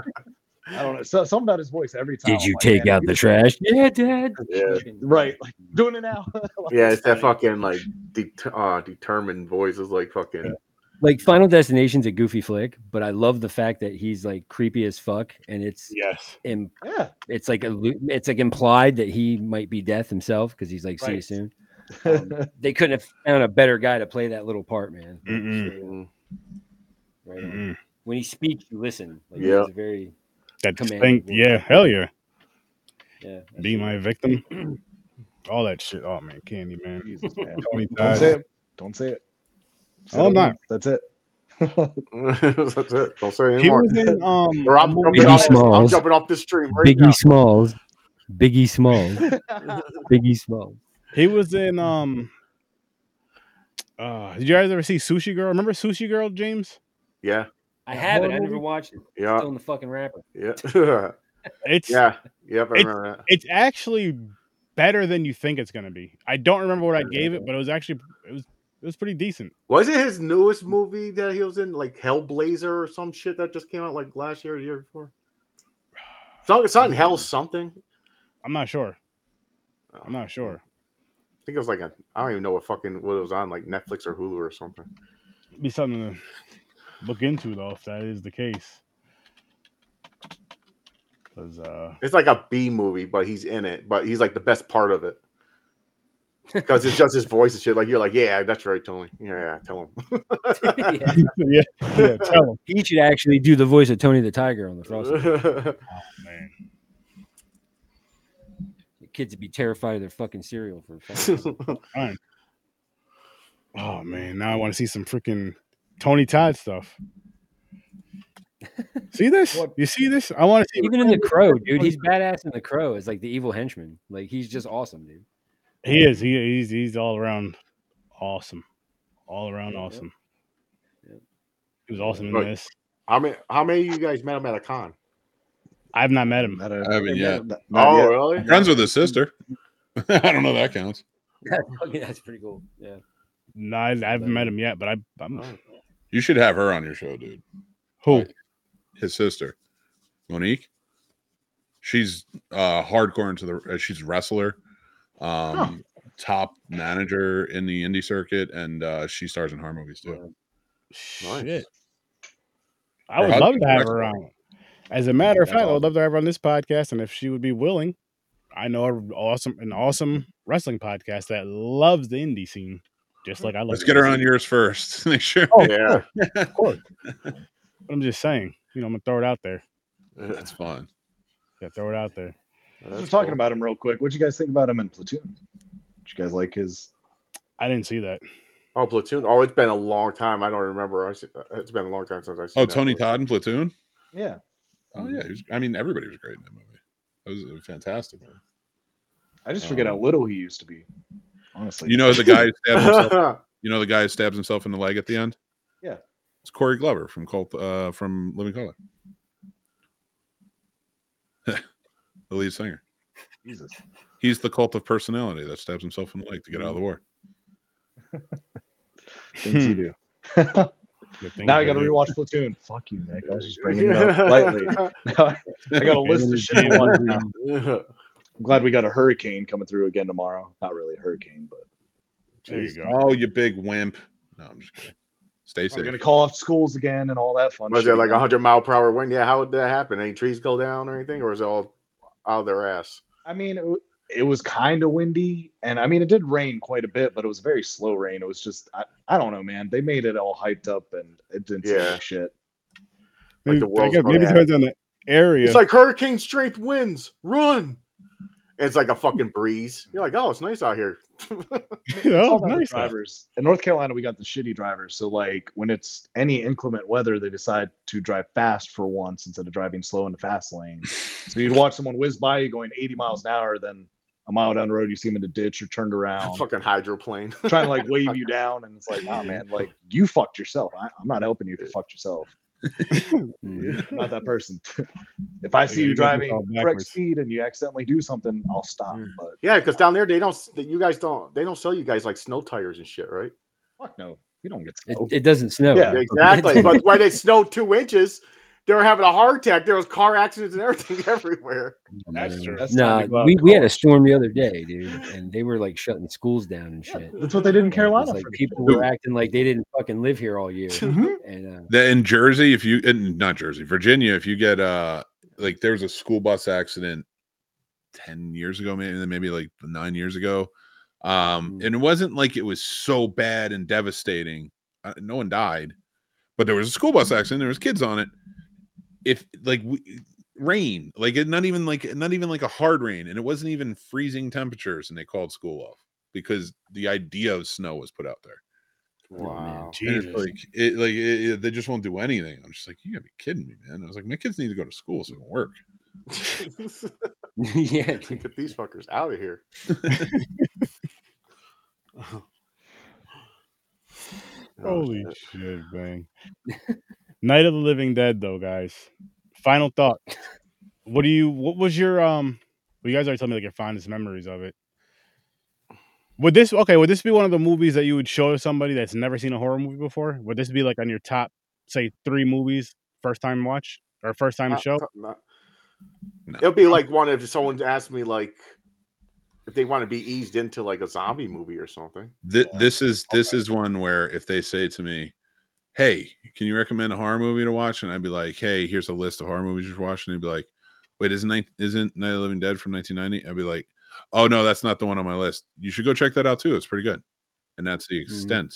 Speaker 6: <laughs> I don't know. So, something about his voice every time.
Speaker 2: Did
Speaker 6: I'm
Speaker 2: you
Speaker 6: like,
Speaker 2: take
Speaker 6: man,
Speaker 2: out
Speaker 6: if
Speaker 2: the
Speaker 6: you-
Speaker 2: trash? Yeah, Dad.
Speaker 4: Yeah.
Speaker 6: Right, like doing it now.
Speaker 4: <laughs>
Speaker 6: <laughs>
Speaker 4: yeah, it's that fucking like det uh, determined voice is like fucking.
Speaker 2: Like Final Destination's a goofy flick, but I love the fact that he's like creepy as fuck, and it's
Speaker 5: Yes.
Speaker 2: im-
Speaker 6: yeah.
Speaker 2: it's like a, it's like implied that he might be death himself because he's like, see you
Speaker 6: Right.
Speaker 2: soon. Um, they couldn't have found a better guy to play that little part, man.
Speaker 5: Mm-mm.
Speaker 2: So,
Speaker 4: Mm.
Speaker 2: right on.
Speaker 5: Mm-mm.
Speaker 2: When he speaks, you listen. Like,
Speaker 4: Yeah.
Speaker 2: yeah, very
Speaker 5: That
Speaker 2: Command.
Speaker 5: thing. Yeah. Hell yeah.
Speaker 2: yeah.
Speaker 5: Be my victim.
Speaker 6: <clears throat>
Speaker 5: All that shit. Oh man, Candy man.
Speaker 1: <laughs>
Speaker 6: Jesus, man.
Speaker 5: Tony
Speaker 6: Don't say
Speaker 5: Todd.
Speaker 6: it. Don't say it.
Speaker 5: Oh,
Speaker 6: it
Speaker 5: no.
Speaker 6: once.
Speaker 1: <laughs>
Speaker 6: That's it.
Speaker 4: That's it. mm-hmm. <laughs> Don't say
Speaker 5: He
Speaker 4: anymore.
Speaker 5: was
Speaker 6: <laughs>
Speaker 5: in um.
Speaker 4: Or I'm jumping,
Speaker 2: Biggie
Speaker 4: off, this- I'm
Speaker 2: Smalls.
Speaker 4: jumping off the stream right
Speaker 2: Biggie
Speaker 4: now.
Speaker 2: Smalls, Biggie Smalls,
Speaker 6: <laughs>
Speaker 2: Biggie Smalls.
Speaker 5: He was in um. Uh, did you guys ever see Sushi Girl? Remember Sushi Girl, James?
Speaker 4: Yeah.
Speaker 2: I
Speaker 5: That
Speaker 2: have it.
Speaker 5: horror
Speaker 2: I never
Speaker 5: movie?
Speaker 2: watched it.
Speaker 4: Yeah.
Speaker 2: Still in the fucking wrapper. <laughs>
Speaker 5: <laughs>
Speaker 4: Yeah. <laughs>
Speaker 5: It's
Speaker 4: yeah. Yep. I
Speaker 5: It's-
Speaker 4: remember that.
Speaker 5: it's actually better than you think it's gonna be. I don't remember what I gave it, but it was actually it was it was pretty decent.
Speaker 4: Was it his newest movie that he was in, like Hellblazer or some shit that just came out like last year or the year
Speaker 5: <sighs>
Speaker 4: before? Something, something Hell something.
Speaker 5: I'm not sure. I'm not sure.
Speaker 4: I think it was like a. I don't even know what fucking what it was on, like Netflix or Hulu or something.
Speaker 5: Be something to look into though, if that is the case. Because uh, <laughs>
Speaker 4: It's like a B movie, but he's in it, but he's like the best part of it. Because it's just his voice and shit. Like you're like, yeah, that's right, Tony. Yeah, yeah tell
Speaker 2: Yeah.
Speaker 5: yeah, yeah, tell him,
Speaker 2: He should actually do the voice of Tony the Tiger
Speaker 4: <laughs>
Speaker 2: on the Frosty.
Speaker 4: him.
Speaker 5: man.
Speaker 2: The kids would be terrified of their fucking cereal for. fucking-
Speaker 4: <laughs>
Speaker 5: Oh man, now I want to see some freaking Tony Todd stuff. See this?
Speaker 6: What-
Speaker 5: You see this? I want to see.
Speaker 2: Even in the Crow, dude, he's badass in the Crow as like the evil henchman. Like he's just awesome, dude.
Speaker 5: He is. He, he's he's all around awesome, all around
Speaker 2: Yeah, yeah.
Speaker 5: awesome.
Speaker 2: Yep.
Speaker 5: He was awesome in
Speaker 4: Right.
Speaker 5: this.
Speaker 4: how many? How many of you guys met him at a con?
Speaker 5: I've not met him.
Speaker 6: Not a-
Speaker 1: I haven't yet.
Speaker 6: not- not
Speaker 4: Oh,
Speaker 6: yet.
Speaker 4: really?
Speaker 1: Friends with his sister. <laughs> I don't know if that counts.
Speaker 2: That's, <laughs> fucking, that's pretty cool.
Speaker 6: <laughs>
Speaker 2: Yeah.
Speaker 5: No, I, I haven't met him yet. But I, I'm
Speaker 4: Oh.
Speaker 1: You should have her on your show, dude.
Speaker 5: who?
Speaker 1: His sister, Monique. She's uh hardcore into the. Uh, she's a wrestler, um, top manager in the indie circuit, and uh she stars in horror movies too.
Speaker 5: Shit.
Speaker 4: Nice.
Speaker 5: I would
Speaker 1: Her
Speaker 5: love to
Speaker 1: husband's
Speaker 5: have her
Speaker 1: wrestler.
Speaker 5: on. As a matter of
Speaker 1: That's
Speaker 5: fact, I would
Speaker 1: awesome.
Speaker 5: love to have her on this podcast, and if she would be willing, I know an awesome an awesome wrestling podcast that loves the indie scene, just like I love.
Speaker 1: Let's
Speaker 5: the
Speaker 1: get her
Speaker 5: indie
Speaker 1: on
Speaker 5: scene.
Speaker 1: yours first. <laughs> Make sure.
Speaker 5: Oh,
Speaker 4: <laughs> Yeah.
Speaker 5: Of course. But I'm just saying, you know, I'm gonna throw it out there.
Speaker 1: That's fun.
Speaker 5: Yeah, throw it out there.
Speaker 6: Since we're
Speaker 4: That's
Speaker 6: talking
Speaker 4: cool.
Speaker 6: about him real quick. What you guys think about him in Platoon? Did you guys like his?
Speaker 5: I didn't see that.
Speaker 4: Oh, Platoon. Oh, it's been a long time. I don't remember. I se- It's been a long time since I.
Speaker 1: Oh, Tony Todd in Platoon.
Speaker 6: Yeah,
Speaker 1: Oh yeah, he was, I mean everybody was great in that movie. That was, it was fantastic.
Speaker 6: I just forget how little he used to be. Honestly,
Speaker 1: You know the guy who
Speaker 4: <laughs>
Speaker 1: stabbed himself.
Speaker 4: Todd.
Speaker 1: You know the guy who stabs himself in the leg at the end.
Speaker 6: Yeah.
Speaker 1: it's Corey Glover from Col- uh, from Living Color. <laughs> the lead singer.
Speaker 6: Jesus.
Speaker 1: He's the cult of personality that stabs himself in the leg to get out of the war.
Speaker 6: Things
Speaker 1: hmm.
Speaker 6: you do.
Speaker 1: <laughs>
Speaker 6: now
Speaker 5: Good thing
Speaker 6: I got to
Speaker 5: did.
Speaker 6: rewatch Platoon. Fuck you, Nick. I was just bringing
Speaker 4: <laughs>
Speaker 6: it up lightly. <laughs> I got a list of shit. I want to do. I'm glad we got a hurricane coming through again tomorrow. Not really a hurricane, but
Speaker 5: There you go.
Speaker 1: Oh, you big wimp! No, I'm just kidding. Stay
Speaker 6: we're gonna
Speaker 1: safe.
Speaker 6: call off schools again and all that fun.
Speaker 4: Was
Speaker 6: shit.
Speaker 4: it like a hundred mile per hour wind? Yeah. How would that happen? Any trees go down or anything, or is it all out of their ass?
Speaker 6: I mean, it, w- it was kind of windy, and I mean, it did rain quite a bit, but it was very slow rain. It was just, I, I don't know, man. They made it all hyped up, and it didn't yeah.
Speaker 4: Yeah.
Speaker 6: shit.
Speaker 5: Maybe,
Speaker 4: the
Speaker 5: I
Speaker 4: world's
Speaker 5: guess
Speaker 4: most
Speaker 5: maybe it depends on the area. <laughs>
Speaker 4: It's like hurricane strength winds. Run. It's like a fucking breeze. You're like, oh, it's nice out here.
Speaker 5: oh,
Speaker 6: All the
Speaker 5: nice.
Speaker 6: drivers in North Carolina, we got the shitty drivers. So like, when it's any inclement weather, they decide to drive fast for once instead of driving slow in the fast
Speaker 5: <laughs>
Speaker 6: lane. so you'd watch someone whiz by you going 80 miles an hour, then a mile down the road, you see them in a ditch or turned around.
Speaker 4: fucking hydroplane. <laughs>
Speaker 6: Trying to like wave you down, and it's like, oh man, like you fucked yourself. I, I'm not helping you if you fucked yourself.
Speaker 2: Mm.
Speaker 6: I'm not that person. if I see
Speaker 5: Yeah,
Speaker 6: you
Speaker 5: you gotta do it
Speaker 6: driving
Speaker 5: all
Speaker 6: correct
Speaker 5: backwards.
Speaker 6: speed and you accidentally do something, I'll stop. But
Speaker 4: Yeah, because down there they don't. s- You guys don't. They don't sell you guys like snow tires and shit, right?
Speaker 6: fuck no, you don't get
Speaker 2: It,
Speaker 6: snow.
Speaker 2: it doesn't snow.
Speaker 6: Yeah,
Speaker 4: Exactly. but when it snowed two inches, they were having a heart attack. There was car accidents and everything <laughs> everywhere.
Speaker 5: That's true.
Speaker 6: That's time
Speaker 2: Nah,
Speaker 6: to go out
Speaker 2: we,
Speaker 6: to
Speaker 2: we had a
Speaker 6: college.
Speaker 2: storm the other day, dude, and they were like shutting schools down and shit.
Speaker 6: That's what they did in
Speaker 2: And it was
Speaker 6: Carolina.
Speaker 2: like
Speaker 6: for the
Speaker 2: people
Speaker 6: shit.
Speaker 2: were acting like they didn't fucking live here all year.
Speaker 6: Mhm.
Speaker 2: and uh,
Speaker 1: That in Jersey, if you in, not Jersey, Virginia, if you get uh like there was a school bus accident ten years ago, maybe maybe like nine years ago, um,
Speaker 2: Mm.
Speaker 1: and it wasn't like it was so bad and devastating. Uh, no one died, but there was a school bus accident. There was kids on it. If like we, rain, like it, not even like not even like a hard rain, and it wasn't even freezing temperatures, and they called school off because the idea of snow was put out there.
Speaker 4: Wow.
Speaker 1: And it's
Speaker 5: Jesus.
Speaker 1: like it, like it, it- they just won't do anything. I'm just like, you gotta be kidding me, man. I was like, my kids need to go to school so they can work.
Speaker 4: <laughs>
Speaker 2: uh, <laughs> yeah, dude.
Speaker 4: Get these fuckers out of here. <laughs> Oh, <laughs>
Speaker 5: Holy shit, bang. Night of the Living Dead, though, guys. Final thought. What do you? What was your um? Well, you guys already told me like your fondest memories of it. Would this okay? Would this be one of the movies that you would show to somebody that's never seen a horror movie before? Would this be like on your top, say, three movies first time watch or first time
Speaker 4: Not-
Speaker 5: show?
Speaker 4: not-
Speaker 1: No.
Speaker 4: It'll be like one if someone asked me like if they want to be eased into like a zombie movie or something.
Speaker 1: Th- this is this is one where if they say to me, "Hey, can you recommend a horror movie to watch?" and I'd be like, "Hey, here's a list of horror movies you've watched," and they'd be like, "Wait, isn't nine- isn't Night of the Living Dead from 1990?" I'd be like, "Oh no, that's not the one on my list. You should go check that out too. It's pretty good." And that's the extent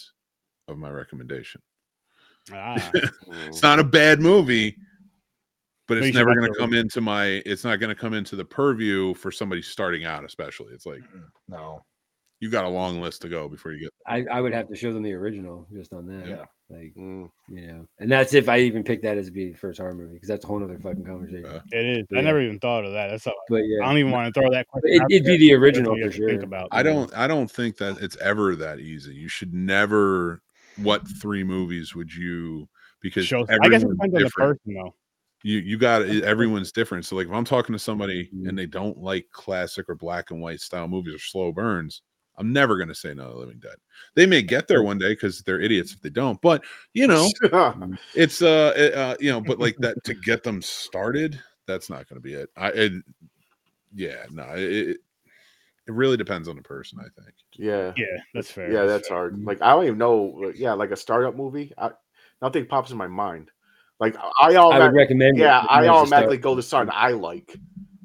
Speaker 1: of my recommendation.
Speaker 4: <laughs>
Speaker 5: Ah,
Speaker 1: It's not a bad movie, but
Speaker 5: But you
Speaker 1: it's
Speaker 5: should
Speaker 1: never
Speaker 5: watch
Speaker 1: going
Speaker 5: it.
Speaker 1: to come into my. It's not going to come into the purview for somebody starting out, especially. It's like
Speaker 6: No.
Speaker 1: you got a long list to go before you get.
Speaker 2: I, I would have to show them the original just on that.
Speaker 6: Yeah.
Speaker 2: Like,
Speaker 4: Mm.
Speaker 2: you know, and that's if I even picked that as being the first horror movie because that's a whole other fucking conversation.
Speaker 1: Uh,
Speaker 5: it is. I
Speaker 2: Yeah.
Speaker 5: never even thought of that. That's how,
Speaker 2: but yeah,
Speaker 5: I don't even want to throw that question.
Speaker 2: It-
Speaker 5: out
Speaker 2: it'd be
Speaker 5: there.
Speaker 2: the
Speaker 5: That's
Speaker 2: original
Speaker 5: what you
Speaker 2: for
Speaker 5: have to Think
Speaker 2: sure.
Speaker 5: about.
Speaker 1: I don't I don't think that it's ever that easy. You should never what three movies would you because
Speaker 5: Show,
Speaker 1: everyone's
Speaker 5: I guess it depends on the
Speaker 1: different.
Speaker 5: person though.
Speaker 1: You you got everyone's different. So like if I'm talking to somebody
Speaker 2: Mhm.
Speaker 5: Mm-hmm.
Speaker 1: and they don't like classic or black and white style movies or slow burns, I'm never gonna say no to Living Dead. They may get there one day because they're idiots if they don't, but you know, it's uh, it, uh you know, but like that to get them started, that's not gonna be it. I it, yeah, no, it, it it really depends on the person, I think.
Speaker 4: <laughs> yeah.
Speaker 5: Yeah, that's fair.
Speaker 4: Yeah, that's hard. Like I don't even know. like, Yeah, like a startup movie. I, nothing pops in my mind. Like I
Speaker 2: I would
Speaker 4: automatically,
Speaker 2: recommend. it
Speaker 4: yeah,
Speaker 2: if
Speaker 4: I
Speaker 2: you guys just
Speaker 4: automatically
Speaker 2: start-
Speaker 4: go to something I like.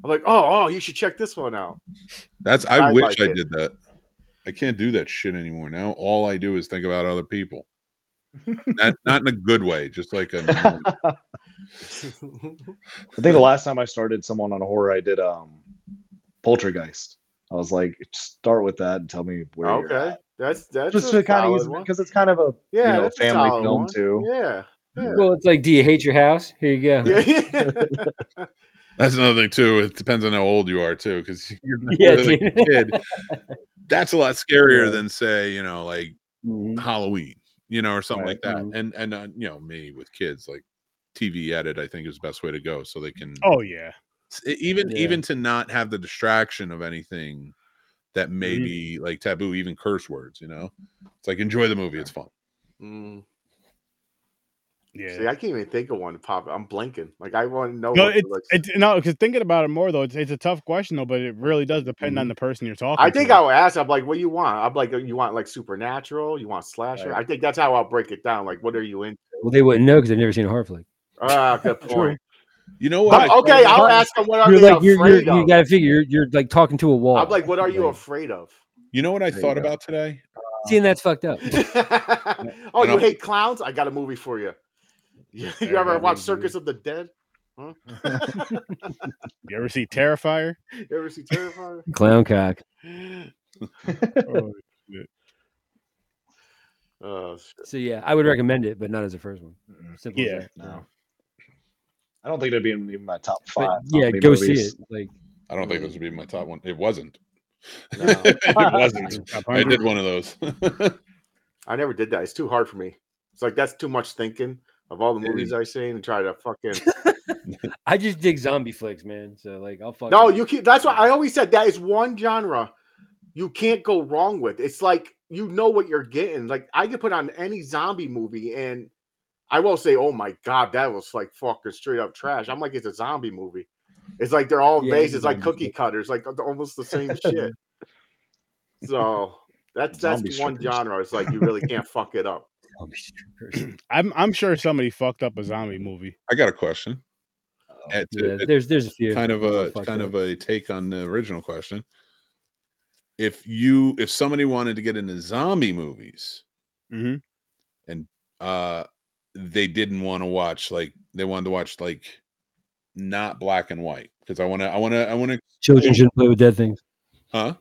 Speaker 4: I'm like, oh, oh, you should check this one out. <laughs>
Speaker 1: That's I,
Speaker 4: I
Speaker 1: wish
Speaker 4: like
Speaker 1: I
Speaker 4: it.
Speaker 1: did that. I can't do that shit anymore. Now all I do is think about other people. not, not in a good way, just like
Speaker 4: <laughs>
Speaker 1: a
Speaker 6: I think the last time I started someone on a horror, I did um Poltergeist. I was like, start with that and tell me where. You're
Speaker 4: okay,
Speaker 6: at.
Speaker 4: that's that's
Speaker 6: Just
Speaker 4: a
Speaker 6: to kind of
Speaker 4: solid
Speaker 6: use
Speaker 4: one.
Speaker 6: because it's kind of a
Speaker 4: Yeah,
Speaker 6: you know,
Speaker 4: that's a
Speaker 6: family
Speaker 4: solid
Speaker 6: film
Speaker 4: one.
Speaker 6: too. <laughs>
Speaker 4: Yeah, yeah.
Speaker 2: Well, it's like, do you hate your house? Here you go.
Speaker 4: yeah. yeah.
Speaker 6: <laughs>
Speaker 4: <laughs>
Speaker 1: that's another thing too. It depends on how old you are too, because <laughs> you're not
Speaker 2: <laughs> Yeah,
Speaker 1: really a <laughs>
Speaker 2: dude.
Speaker 1: kid. That's a lot scarier
Speaker 4: <laughs>
Speaker 2: Yeah.
Speaker 1: than say, you know, like
Speaker 2: Mhm.
Speaker 1: Halloween, you know, or something like
Speaker 2: Right,
Speaker 1: that.
Speaker 2: mhm.
Speaker 1: And and uh, you know, me with kids, like TV edit, I think is the best way to go, so they can
Speaker 5: Oh yeah.
Speaker 1: s- e- even
Speaker 2: Yeah.
Speaker 1: even to not have the distraction of anything that may be like taboo even curse words you know it's like enjoy the movie it's fun
Speaker 4: Mm.
Speaker 5: Yeah.
Speaker 4: See, I can't even think of one to pop. I'm blanking. Like I want to know.
Speaker 5: No,
Speaker 4: what to,
Speaker 5: it's,
Speaker 4: like,
Speaker 5: it's no, because thinking about it more though, it's, it's a tough question though, but it really does depend on the person you're talking.
Speaker 4: I think
Speaker 5: to.
Speaker 4: I would ask. I'm like, what do you want? I'm like, "Oh, you want like supernatural? You want slasher? I
Speaker 6: Right.
Speaker 4: think that's how I'll break it down. Like, what are you in?
Speaker 2: Well, they wouldn't know because they've never seen a horror flick.
Speaker 4: Ah,
Speaker 2: <laughs>
Speaker 4: good point.
Speaker 1: you know what
Speaker 4: But,
Speaker 1: I-
Speaker 4: okay, I'll
Speaker 2: but
Speaker 4: ask them what are
Speaker 2: You're
Speaker 4: they
Speaker 2: like, you're, you're,
Speaker 4: afraid
Speaker 2: you
Speaker 4: of.
Speaker 2: got to figure, you're, you're like talking to a wall.
Speaker 4: I'm like, what are you
Speaker 2: Like,
Speaker 4: afraid of?
Speaker 1: you know what i
Speaker 6: There you
Speaker 1: thought
Speaker 6: go.
Speaker 1: about today
Speaker 2: See, and that's fucked up.
Speaker 4: <laughs> oh,
Speaker 1: And
Speaker 4: you
Speaker 1: I'll-
Speaker 4: hate clowns? I got a movie for you. <laughs> You, you
Speaker 5: There
Speaker 4: ever
Speaker 5: you
Speaker 4: watch
Speaker 5: go.
Speaker 4: Circus of the Dead?
Speaker 5: You ever see Terrifier?
Speaker 4: You ever see Terrifier?
Speaker 2: <laughs>
Speaker 4: <gasps>
Speaker 2: Clown cock.
Speaker 4: <laughs>
Speaker 5: Oh,
Speaker 4: Oh,
Speaker 2: So yeah, I would recommend it, but not as a first one.
Speaker 6: Mm-mm,
Speaker 2: Simple
Speaker 5: Yeah.
Speaker 2: as that.
Speaker 6: No. I don't think it'd be in even my top
Speaker 2: But,
Speaker 6: five.
Speaker 2: yeah,
Speaker 6: zombie
Speaker 2: go
Speaker 6: movies.
Speaker 2: see it.
Speaker 4: <laughs>
Speaker 2: Like,
Speaker 1: i don't think this would be my top one it wasn't
Speaker 6: No.
Speaker 1: <laughs> it
Speaker 2: <laughs>
Speaker 1: wasn't
Speaker 5: top
Speaker 1: i
Speaker 5: 100.
Speaker 1: did one of those <laughs>
Speaker 4: I never did that. It's too hard for me. It's like that's too much thinking of all the movies I've seen and try to fucking.
Speaker 2: I just dig zombie flicks, man. So like, I'll fuck.
Speaker 4: No, you can't. That's why I always said that is one genre you can't go wrong with. It's like you know what you're getting. Like I could put on any zombie movie and I won't say, "Oh my god, that was like fucking straight up trash." I'm like, it's a zombie movie. It's like they're all
Speaker 2: Yeah, it's
Speaker 4: based. It's like
Speaker 2: zombie
Speaker 4: cookie cutters, like almost
Speaker 2: <laughs>
Speaker 4: the same shit. So that's that's
Speaker 6: Zombie
Speaker 4: one
Speaker 6: strippers.
Speaker 4: genre. It's like you really can't fuck
Speaker 2: <laughs>
Speaker 4: it up.
Speaker 2: Zombie strippers.
Speaker 5: I'm I'm sure somebody fucked up a zombie movie.
Speaker 1: i got a question At-
Speaker 2: Yeah,
Speaker 1: at-
Speaker 2: there's there's a few
Speaker 1: kind of a
Speaker 2: Fuck
Speaker 1: kind
Speaker 2: it.
Speaker 1: of a take on the original question if you if somebody wanted to get into zombie movies
Speaker 5: Mm-hmm.
Speaker 1: uh they didn't want to watch like they wanted to watch like not black and white because i want to i want to i want to
Speaker 2: children shouldn't play with dead things.
Speaker 1: huh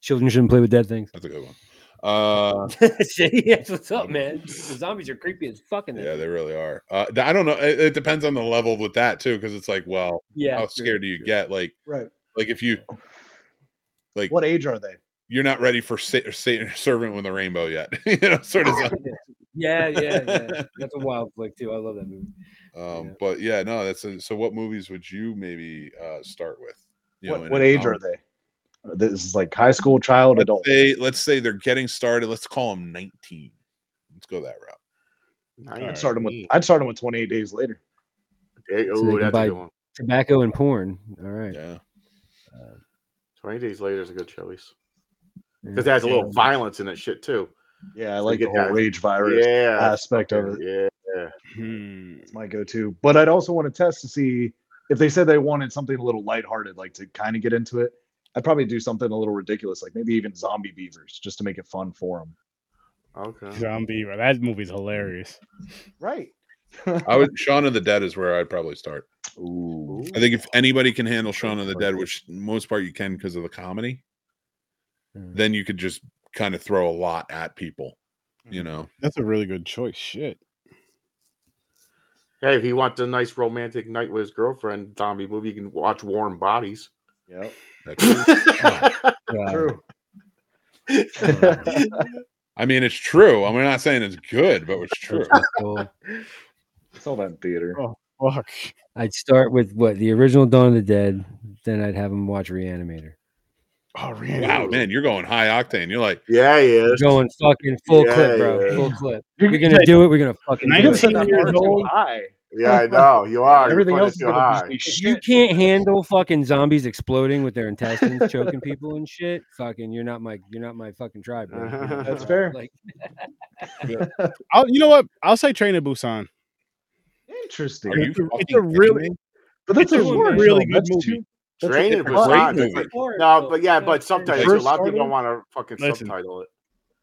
Speaker 2: Children shouldn't play with dead things. <laughs>
Speaker 4: <laughs>
Speaker 1: that's a good one uh
Speaker 2: See, that's what's up, man. The zombies are creepy as fucking.
Speaker 1: yeah they really are uh th- i don't know it, it depends on the level with that too because it's like well
Speaker 2: yeah.
Speaker 4: Oh,
Speaker 1: how
Speaker 2: true,
Speaker 4: <laughs>
Speaker 1: scared do you
Speaker 2: true.
Speaker 1: get like
Speaker 6: Right.
Speaker 1: like if you like
Speaker 6: What age are they?
Speaker 1: <laughs>
Speaker 2: <laughs>
Speaker 1: you're not ready for sa- sa- servant with a rainbow yet you know sort of
Speaker 2: Yeah, yeah,
Speaker 4: <laughs>
Speaker 2: yeah. That's a wild flick too. I love that movie.
Speaker 1: Um,
Speaker 2: Yeah.
Speaker 1: But yeah, no, that's a, so. What movies would you maybe uh, start with? You know,
Speaker 6: What,
Speaker 1: in
Speaker 6: what
Speaker 1: a
Speaker 6: age
Speaker 1: college-
Speaker 6: are they? This is like high school, child,
Speaker 1: Let's
Speaker 6: adult.
Speaker 1: say, let's say they're getting started. Let's call them 19. Let's go that route.
Speaker 6: I'd start them with. I'd start them with 28 days later.
Speaker 2: So they
Speaker 4: Oh,
Speaker 2: can
Speaker 4: that's
Speaker 2: buy-
Speaker 4: a good one.
Speaker 2: Tobacco and porn. All right.
Speaker 1: Yeah.
Speaker 4: 20 Days Later is a good choice.
Speaker 2: Yeah.
Speaker 4: Because it has a little violence in that shit, too.
Speaker 6: Yeah, I
Speaker 4: So
Speaker 6: like
Speaker 4: you
Speaker 6: the
Speaker 4: get
Speaker 6: whole
Speaker 4: that-
Speaker 6: rage virus
Speaker 4: Yeah.
Speaker 6: aspect of it.
Speaker 4: Yeah.
Speaker 5: Hmm.
Speaker 6: It's my go-to. But I'd also want to test to see if they said they wanted something a little lighthearted, like to kind of get into it. I'd probably do something a little ridiculous, like maybe even zombie beavers, just to make it fun for them.
Speaker 4: Okay.
Speaker 5: Zombie. right, That movie's hilarious.
Speaker 6: Right.
Speaker 1: I would Shaun of the Dead is where I'd probably start.
Speaker 6: Ooh.
Speaker 1: I think if anybody can handle Shaun of the Dead, which most part you can because of the comedy,
Speaker 2: Mm.
Speaker 1: then you could just kind of throw a lot at people, you know.
Speaker 5: That's a really good choice. Shit.
Speaker 4: Hey, if you want the nice romantic night with his girlfriend, zombie movie, you can watch Warm Bodies. <laughs>
Speaker 6: Yep.
Speaker 1: That's-
Speaker 2: God.
Speaker 6: True.
Speaker 4: <laughs>
Speaker 1: I mean, it's true. I'm not saying it's good, but it's true.
Speaker 2: Well,
Speaker 6: Saw that in theater.
Speaker 5: Oh. Fuck.
Speaker 2: I'd start with what the original Dawn of the Dead. Then I'd have them watch Reanimator.
Speaker 5: Oh, really?
Speaker 1: Wow, man, you're going high octane. You're like,
Speaker 4: yeah, yeah.
Speaker 2: We're going fucking full
Speaker 4: Yeah,
Speaker 2: clip, bro.
Speaker 4: yeah.
Speaker 2: Full clip.
Speaker 6: You
Speaker 2: We're
Speaker 6: can
Speaker 2: gonna
Speaker 6: take-
Speaker 2: do it. We're gonna fucking.
Speaker 5: Can I
Speaker 6: you
Speaker 2: do
Speaker 6: can
Speaker 5: even
Speaker 2: it.
Speaker 5: say
Speaker 6: set that
Speaker 5: years
Speaker 6: bar too
Speaker 5: old.
Speaker 6: high.
Speaker 4: Yeah, I know. You are.
Speaker 6: Everything else is
Speaker 4: too
Speaker 6: gonna
Speaker 4: high.
Speaker 6: be
Speaker 2: If you
Speaker 6: shit.
Speaker 2: can't handle fucking zombies exploding with their intestines choking people and shit, fucking, you're not my, you're not my fucking tribe.
Speaker 4: <laughs>
Speaker 2: Bro. You're not my
Speaker 4: That's
Speaker 2: tribe.
Speaker 6: fair.
Speaker 2: Like,
Speaker 5: I'll, you know what? I'll say Train to Busan.
Speaker 6: Interesting.
Speaker 1: are you
Speaker 5: It's a- it's
Speaker 1: fucking
Speaker 5: a
Speaker 1: kidding
Speaker 5: really-
Speaker 1: me?
Speaker 6: but that's
Speaker 5: it's
Speaker 2: a
Speaker 6: a horror
Speaker 5: really
Speaker 6: film.
Speaker 5: good
Speaker 6: That's
Speaker 5: movie.
Speaker 6: too- that's
Speaker 4: Train
Speaker 6: a-
Speaker 4: to
Speaker 1: great
Speaker 4: Busan.
Speaker 1: movie.
Speaker 4: Like, no, but yeah, but sometimes a
Speaker 6: First
Speaker 4: lot of people
Speaker 6: started-
Speaker 4: don't want to fucking
Speaker 5: Listen.
Speaker 4: subtitle it.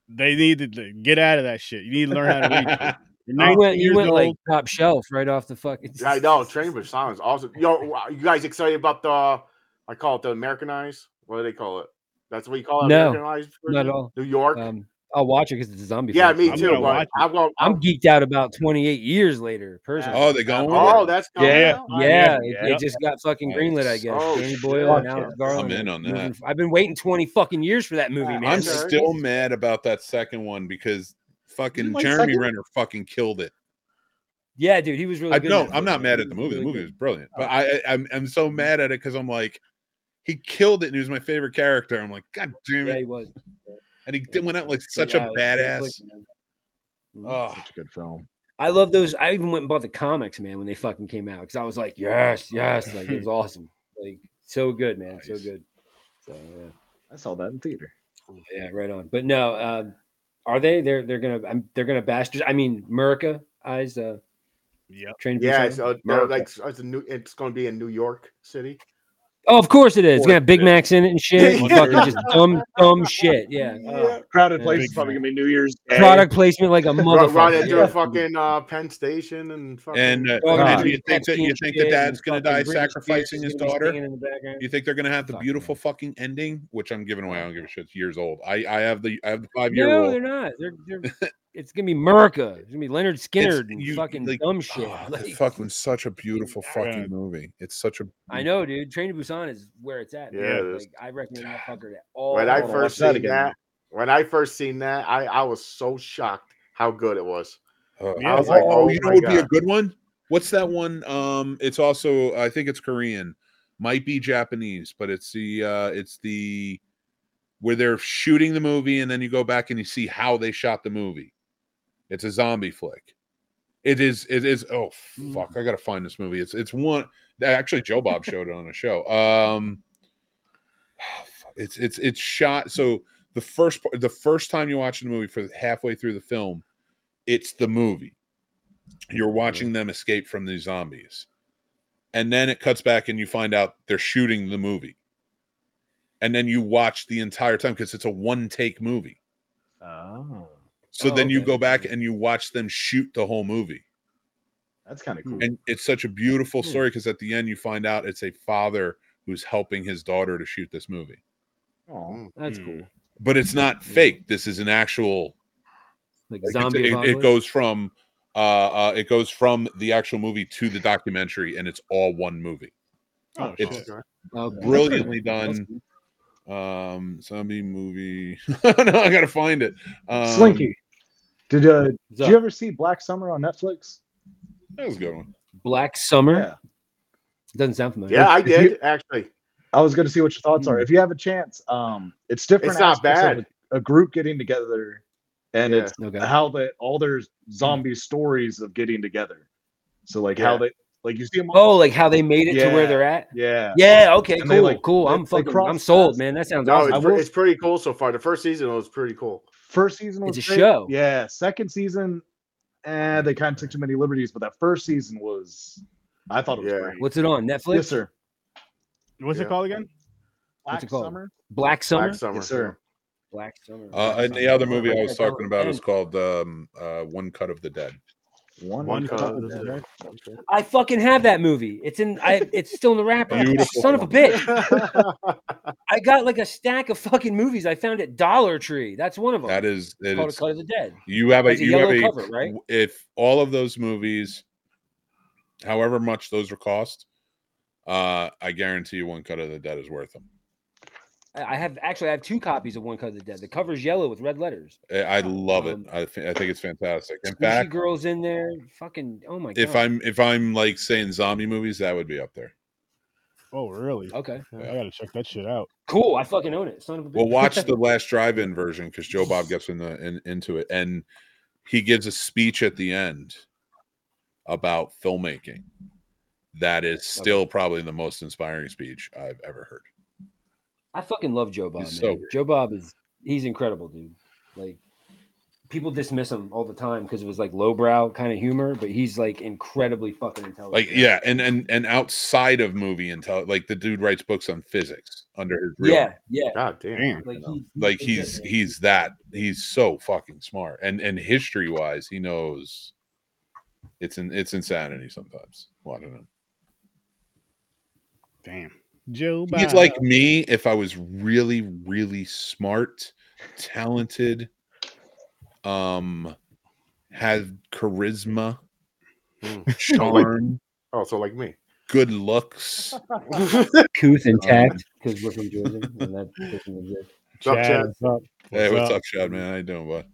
Speaker 5: They need to- to get out of that shit. You need to learn how to <laughs> read.
Speaker 1: <laughs>
Speaker 2: you
Speaker 5: You're 19
Speaker 2: went, you
Speaker 5: years
Speaker 2: went like
Speaker 5: old.
Speaker 2: top shelf right off the fucking.
Speaker 4: I
Speaker 2: <laughs>
Speaker 4: know. Train to Busan is awesome. Yo, you guys excited about the? I call it the Americanized. What do they call it? That's what you call it.
Speaker 2: No,
Speaker 4: Americanized.
Speaker 2: not
Speaker 4: version?
Speaker 2: at all.
Speaker 4: New York.
Speaker 2: Um, I'll watch it because it's a zombie.
Speaker 4: yeah,
Speaker 2: film.
Speaker 4: me
Speaker 5: I'm
Speaker 4: too.
Speaker 5: gonna
Speaker 4: but
Speaker 5: watch it.
Speaker 4: I'm going.
Speaker 2: I'm geeked out about 28 years later, personally.
Speaker 1: Oh, they going? with
Speaker 4: Oh,
Speaker 1: it?
Speaker 4: that's coming
Speaker 6: Yeah.
Speaker 4: out?
Speaker 2: yeah, it,
Speaker 6: yeah.
Speaker 2: it just got fucking
Speaker 1: Nice.
Speaker 2: greenlit, I guess.
Speaker 4: Oh,
Speaker 2: Danny Boyle and
Speaker 6: shit.
Speaker 2: Alex
Speaker 6: I'm
Speaker 2: Garland.
Speaker 1: in on that.
Speaker 2: Moving- I've been waiting 20 fucking years for that movie,
Speaker 4: Yeah,
Speaker 2: man.
Speaker 1: I'm
Speaker 4: Sure.
Speaker 1: still mad about that second one because fucking
Speaker 6: like
Speaker 1: Jeremy
Speaker 6: second?
Speaker 1: Renner fucking killed it.
Speaker 2: Yeah, dude, he was really
Speaker 1: I
Speaker 2: good.
Speaker 1: no,
Speaker 2: in that
Speaker 1: I'm not
Speaker 2: movie.
Speaker 1: mad
Speaker 2: He
Speaker 1: at the
Speaker 2: was
Speaker 1: movie. The
Speaker 2: really
Speaker 1: movie
Speaker 2: good.
Speaker 1: was brilliant, but I, I I'm I'm so
Speaker 2: Oh.
Speaker 1: mad at it because I'm like, he killed it and he was my favorite character. I'm like, God damn
Speaker 2: Yeah,
Speaker 1: it!
Speaker 2: he was.
Speaker 1: And he did, went out like
Speaker 2: But
Speaker 1: such
Speaker 2: yeah,
Speaker 1: a
Speaker 2: it was really
Speaker 1: badass.
Speaker 2: quick, man.
Speaker 1: Oh,
Speaker 6: Such a good film.
Speaker 2: I love those. I even went and bought the comics, man, when they fucking came out because I was like, yes, yes, like it was awesome, like so good, man, so
Speaker 1: Nice.
Speaker 2: good. So yeah,
Speaker 6: I saw that in theater.
Speaker 2: yeah, right on. But no, um, are they? They're they're gonna I'm, they're gonna bash. I mean, America eyes. Uh,
Speaker 5: Yep.
Speaker 2: train. to
Speaker 4: Yeah,
Speaker 2: Busan?
Speaker 4: it's, uh, they're
Speaker 2: America.
Speaker 4: like it's a new. It's going to be in New York City.
Speaker 2: Oh, of course it is. It's
Speaker 1: course
Speaker 2: gonna have Big
Speaker 1: it is. <laughs>
Speaker 2: Macs in it and shit. and
Speaker 1: Yeah.
Speaker 2: fucking just dumb, dumb shit.
Speaker 1: <laughs>
Speaker 2: Yeah.
Speaker 4: Yeah.
Speaker 6: Crowded
Speaker 2: Yeah.
Speaker 6: place
Speaker 5: Big
Speaker 6: is probably
Speaker 5: fan.
Speaker 6: gonna be New Year's Day.
Speaker 2: Product
Speaker 1: <laughs>
Speaker 2: placement like a
Speaker 4: Run,
Speaker 2: motherfucker.
Speaker 4: run into
Speaker 2: yeah.
Speaker 4: a fucking uh, Penn Station and fucking.
Speaker 1: and uh,
Speaker 2: Dog
Speaker 6: Ah.
Speaker 1: and
Speaker 2: and
Speaker 1: do you
Speaker 2: cheese,
Speaker 1: think that
Speaker 2: Pepsi
Speaker 1: you
Speaker 2: and
Speaker 1: think
Speaker 2: shit,
Speaker 1: that that's
Speaker 2: and
Speaker 1: gonna
Speaker 2: fucking
Speaker 1: die
Speaker 2: Britney Spears
Speaker 1: sacrificing his
Speaker 2: is gonna be singing
Speaker 1: daughter?
Speaker 2: in the background.
Speaker 1: You think they're gonna have the
Speaker 2: Fuck
Speaker 1: beautiful
Speaker 2: no.
Speaker 1: fucking ending, which I'm giving away? I don't give a shit. It's years old. I I have the I have the five year
Speaker 2: No,
Speaker 1: rule.
Speaker 2: they're not. They're, they're
Speaker 1: <laughs>
Speaker 2: it's gonna be Merca. It's gonna be Leonard Skinner and
Speaker 1: you-
Speaker 2: fucking
Speaker 1: like,
Speaker 2: dumb shit.
Speaker 1: Oh,
Speaker 2: <laughs> Like,
Speaker 1: that's fucking such a beautiful
Speaker 5: Yeah.
Speaker 1: fucking movie. It's such a
Speaker 2: I know, dude. Train to Busan is where it's at. man.
Speaker 4: Yeah, it is.
Speaker 2: like I recommend that fucker to all.
Speaker 4: when I
Speaker 2: all-
Speaker 4: first
Speaker 6: Oh, that
Speaker 4: seen
Speaker 6: again.
Speaker 4: that, when I first seen that, I I was so shocked how good it was.
Speaker 1: Uh,
Speaker 5: Yeah.
Speaker 1: I was like, oh,
Speaker 4: Oh
Speaker 1: you know,
Speaker 4: my
Speaker 1: what would be a
Speaker 4: God.
Speaker 1: good one. What's that one? Um, it's also I think it's Korean, might be Japanese, but it's the uh, it's the where they're shooting the movie and then you go back and you see how they shot the movie. It's a zombie flick. It is. It is. Oh fuck! I gotta find this movie. It's it's one. Actually, Joe Bob showed it on a show. Um, <sighs> it's it's it's shot. So the first part- the first time you're watching the movie for halfway through the film, it's the movie. You're
Speaker 2: Mm-hmm.
Speaker 1: watching them escape from these zombies, and then it cuts back and you find out they're shooting the movie, and then you watch the entire time because it's a one take movie.
Speaker 6: Oh,
Speaker 1: So
Speaker 2: Oh,
Speaker 1: then you
Speaker 2: okay.
Speaker 1: go back and you watch them shoot the whole movie.
Speaker 6: that's kind of cool.
Speaker 1: and it's such a beautiful
Speaker 2: Hmm.
Speaker 1: story because at the end you find out it's a father who's helping his daughter to shoot this movie
Speaker 6: Aw.
Speaker 2: That's
Speaker 5: Hmm.
Speaker 2: cool.
Speaker 1: but it's not fake this is an actual
Speaker 2: Like
Speaker 1: like, it's-
Speaker 2: zombie.
Speaker 1: it, it
Speaker 2: apocalypse.
Speaker 1: goes from uh, uh it goes from the actual movie to the documentary and it's all one movie
Speaker 5: Oh,
Speaker 1: It's-
Speaker 5: shit.
Speaker 2: Oh, <laughs>
Speaker 1: brilliantly
Speaker 2: that's
Speaker 1: done <laughs>
Speaker 4: Oh.
Speaker 1: um zombie movie no i gotta find it um,
Speaker 6: Slinky. Did uh, did
Speaker 2: So,
Speaker 6: you ever see Black Summer on Netflix?
Speaker 1: That was a good one.
Speaker 2: Black Summer
Speaker 6: Yeah.
Speaker 2: doesn't sound familiar.
Speaker 4: Yeah, I
Speaker 6: If you-
Speaker 4: did actually.
Speaker 6: I was going to see what your thoughts are. If you have a chance, um, it's different.
Speaker 4: It's not
Speaker 6: aspects of
Speaker 4: bad.
Speaker 6: A, a group getting together, and
Speaker 4: Yeah.
Speaker 6: it's
Speaker 2: Okay.
Speaker 6: how that all their zombie stories of getting together. So like how
Speaker 4: Yeah.
Speaker 6: they like you see them.
Speaker 2: Oh, like how they made it to where
Speaker 6: Yeah.
Speaker 2: they're at.
Speaker 6: yeah.
Speaker 2: Yeah. Okay.
Speaker 6: And they,
Speaker 2: cool.
Speaker 6: like,
Speaker 2: cool.
Speaker 6: they-
Speaker 2: I'm
Speaker 6: they
Speaker 2: fucking. I'm
Speaker 6: cross
Speaker 2: sold,
Speaker 6: paths.
Speaker 2: man. That sounds
Speaker 4: No,
Speaker 2: awesome.
Speaker 6: I
Speaker 4: it's, pre-
Speaker 6: will-
Speaker 4: it's pretty cool so far. The first season was pretty cool.
Speaker 6: First season was
Speaker 2: It's a
Speaker 6: great.
Speaker 2: show.
Speaker 6: Yeah. Second season, eh, they kind of took too many liberties, but that first season was, I thought it was
Speaker 4: Yeah.
Speaker 6: great.
Speaker 2: What's it on Netflix?
Speaker 6: yes, sir.
Speaker 5: What's
Speaker 4: Yeah.
Speaker 5: it called again?
Speaker 6: Black
Speaker 2: it called?
Speaker 6: Summer.
Speaker 2: Black Summer.
Speaker 4: Black Summer.
Speaker 6: Yes, sir.
Speaker 2: Black Summer.
Speaker 1: Uh,
Speaker 2: Black
Speaker 1: and the
Speaker 2: Summer.
Speaker 1: other movie I
Speaker 2: Write
Speaker 1: was
Speaker 2: that down.
Speaker 1: talking about was
Speaker 2: And
Speaker 1: called um, uh, One Cut of the Dead.
Speaker 6: One,
Speaker 5: One
Speaker 6: cut
Speaker 4: cut.
Speaker 6: of the dead.
Speaker 2: I fucking have that movie. It's in. I. It's still in the wrapper.
Speaker 1: <laughs> Beautiful
Speaker 2: Son of a
Speaker 1: film.
Speaker 2: bitch. I got like a stack of fucking movies I found at Dollar Tree. That's one of them.
Speaker 1: That is, it
Speaker 2: It's called
Speaker 1: is
Speaker 2: a Cut of the Dead.
Speaker 1: you have a
Speaker 2: Has a
Speaker 1: you have
Speaker 2: yellow
Speaker 1: a
Speaker 2: cover, right?
Speaker 1: if all of those movies, however much those are cost, uh, I guarantee you One Cut of the Dead is worth them.
Speaker 2: I I have actually I have two copies of One Cut of the Dead. The cover's yellow with red letters.
Speaker 1: Eh, I I love it.
Speaker 2: Um,
Speaker 1: I, th- I think it's fantastic. In
Speaker 2: Gucci
Speaker 1: fact,
Speaker 2: girls in there. Fucking oh my god.
Speaker 1: if I'm if I'm like saying zombie movies, that would be up there.
Speaker 5: Oh, really?
Speaker 2: okay,
Speaker 5: I gotta check that shit out.
Speaker 2: cool. I fucking own it. Son of a bitch.
Speaker 1: Well, watch the last drive-in version because Joe Bob gets in the in, into it, and he gives a speech at the end about filmmaking. That is still probably the most inspiring speech I've ever heard.
Speaker 2: <laughs> I fucking love Joe Bob. Man.
Speaker 1: He's so good.
Speaker 2: Joe Bob is he's incredible, dude. Like people dismiss him all the time because it was like lowbrow kind of humor, but he's like incredibly fucking intelligent.
Speaker 1: Like, yeah, and and and outside of movie intel, like the dude writes books on physics under his real
Speaker 2: yeah, yeah.
Speaker 4: God damn.
Speaker 5: Damn.
Speaker 2: Like, he,
Speaker 1: like he's
Speaker 2: legit, man.
Speaker 1: he's that he's so fucking smart and and history wise he knows it's an it's insanity sometimes watching him
Speaker 5: Damn. Joe Bob.
Speaker 1: he's like me if i was really really smart talented um had charisma
Speaker 4: Hmm.
Speaker 1: charm
Speaker 4: Oh, so like
Speaker 6: <laughs>
Speaker 4: me.
Speaker 1: good looks
Speaker 2: Cooth <laughs> intact because we're from Jersey and that <laughs> doesn't exist.
Speaker 4: Chuck Chad.
Speaker 5: what's up?
Speaker 1: hey
Speaker 5: What's
Speaker 1: what's
Speaker 5: up?
Speaker 1: up shad man how you doing bud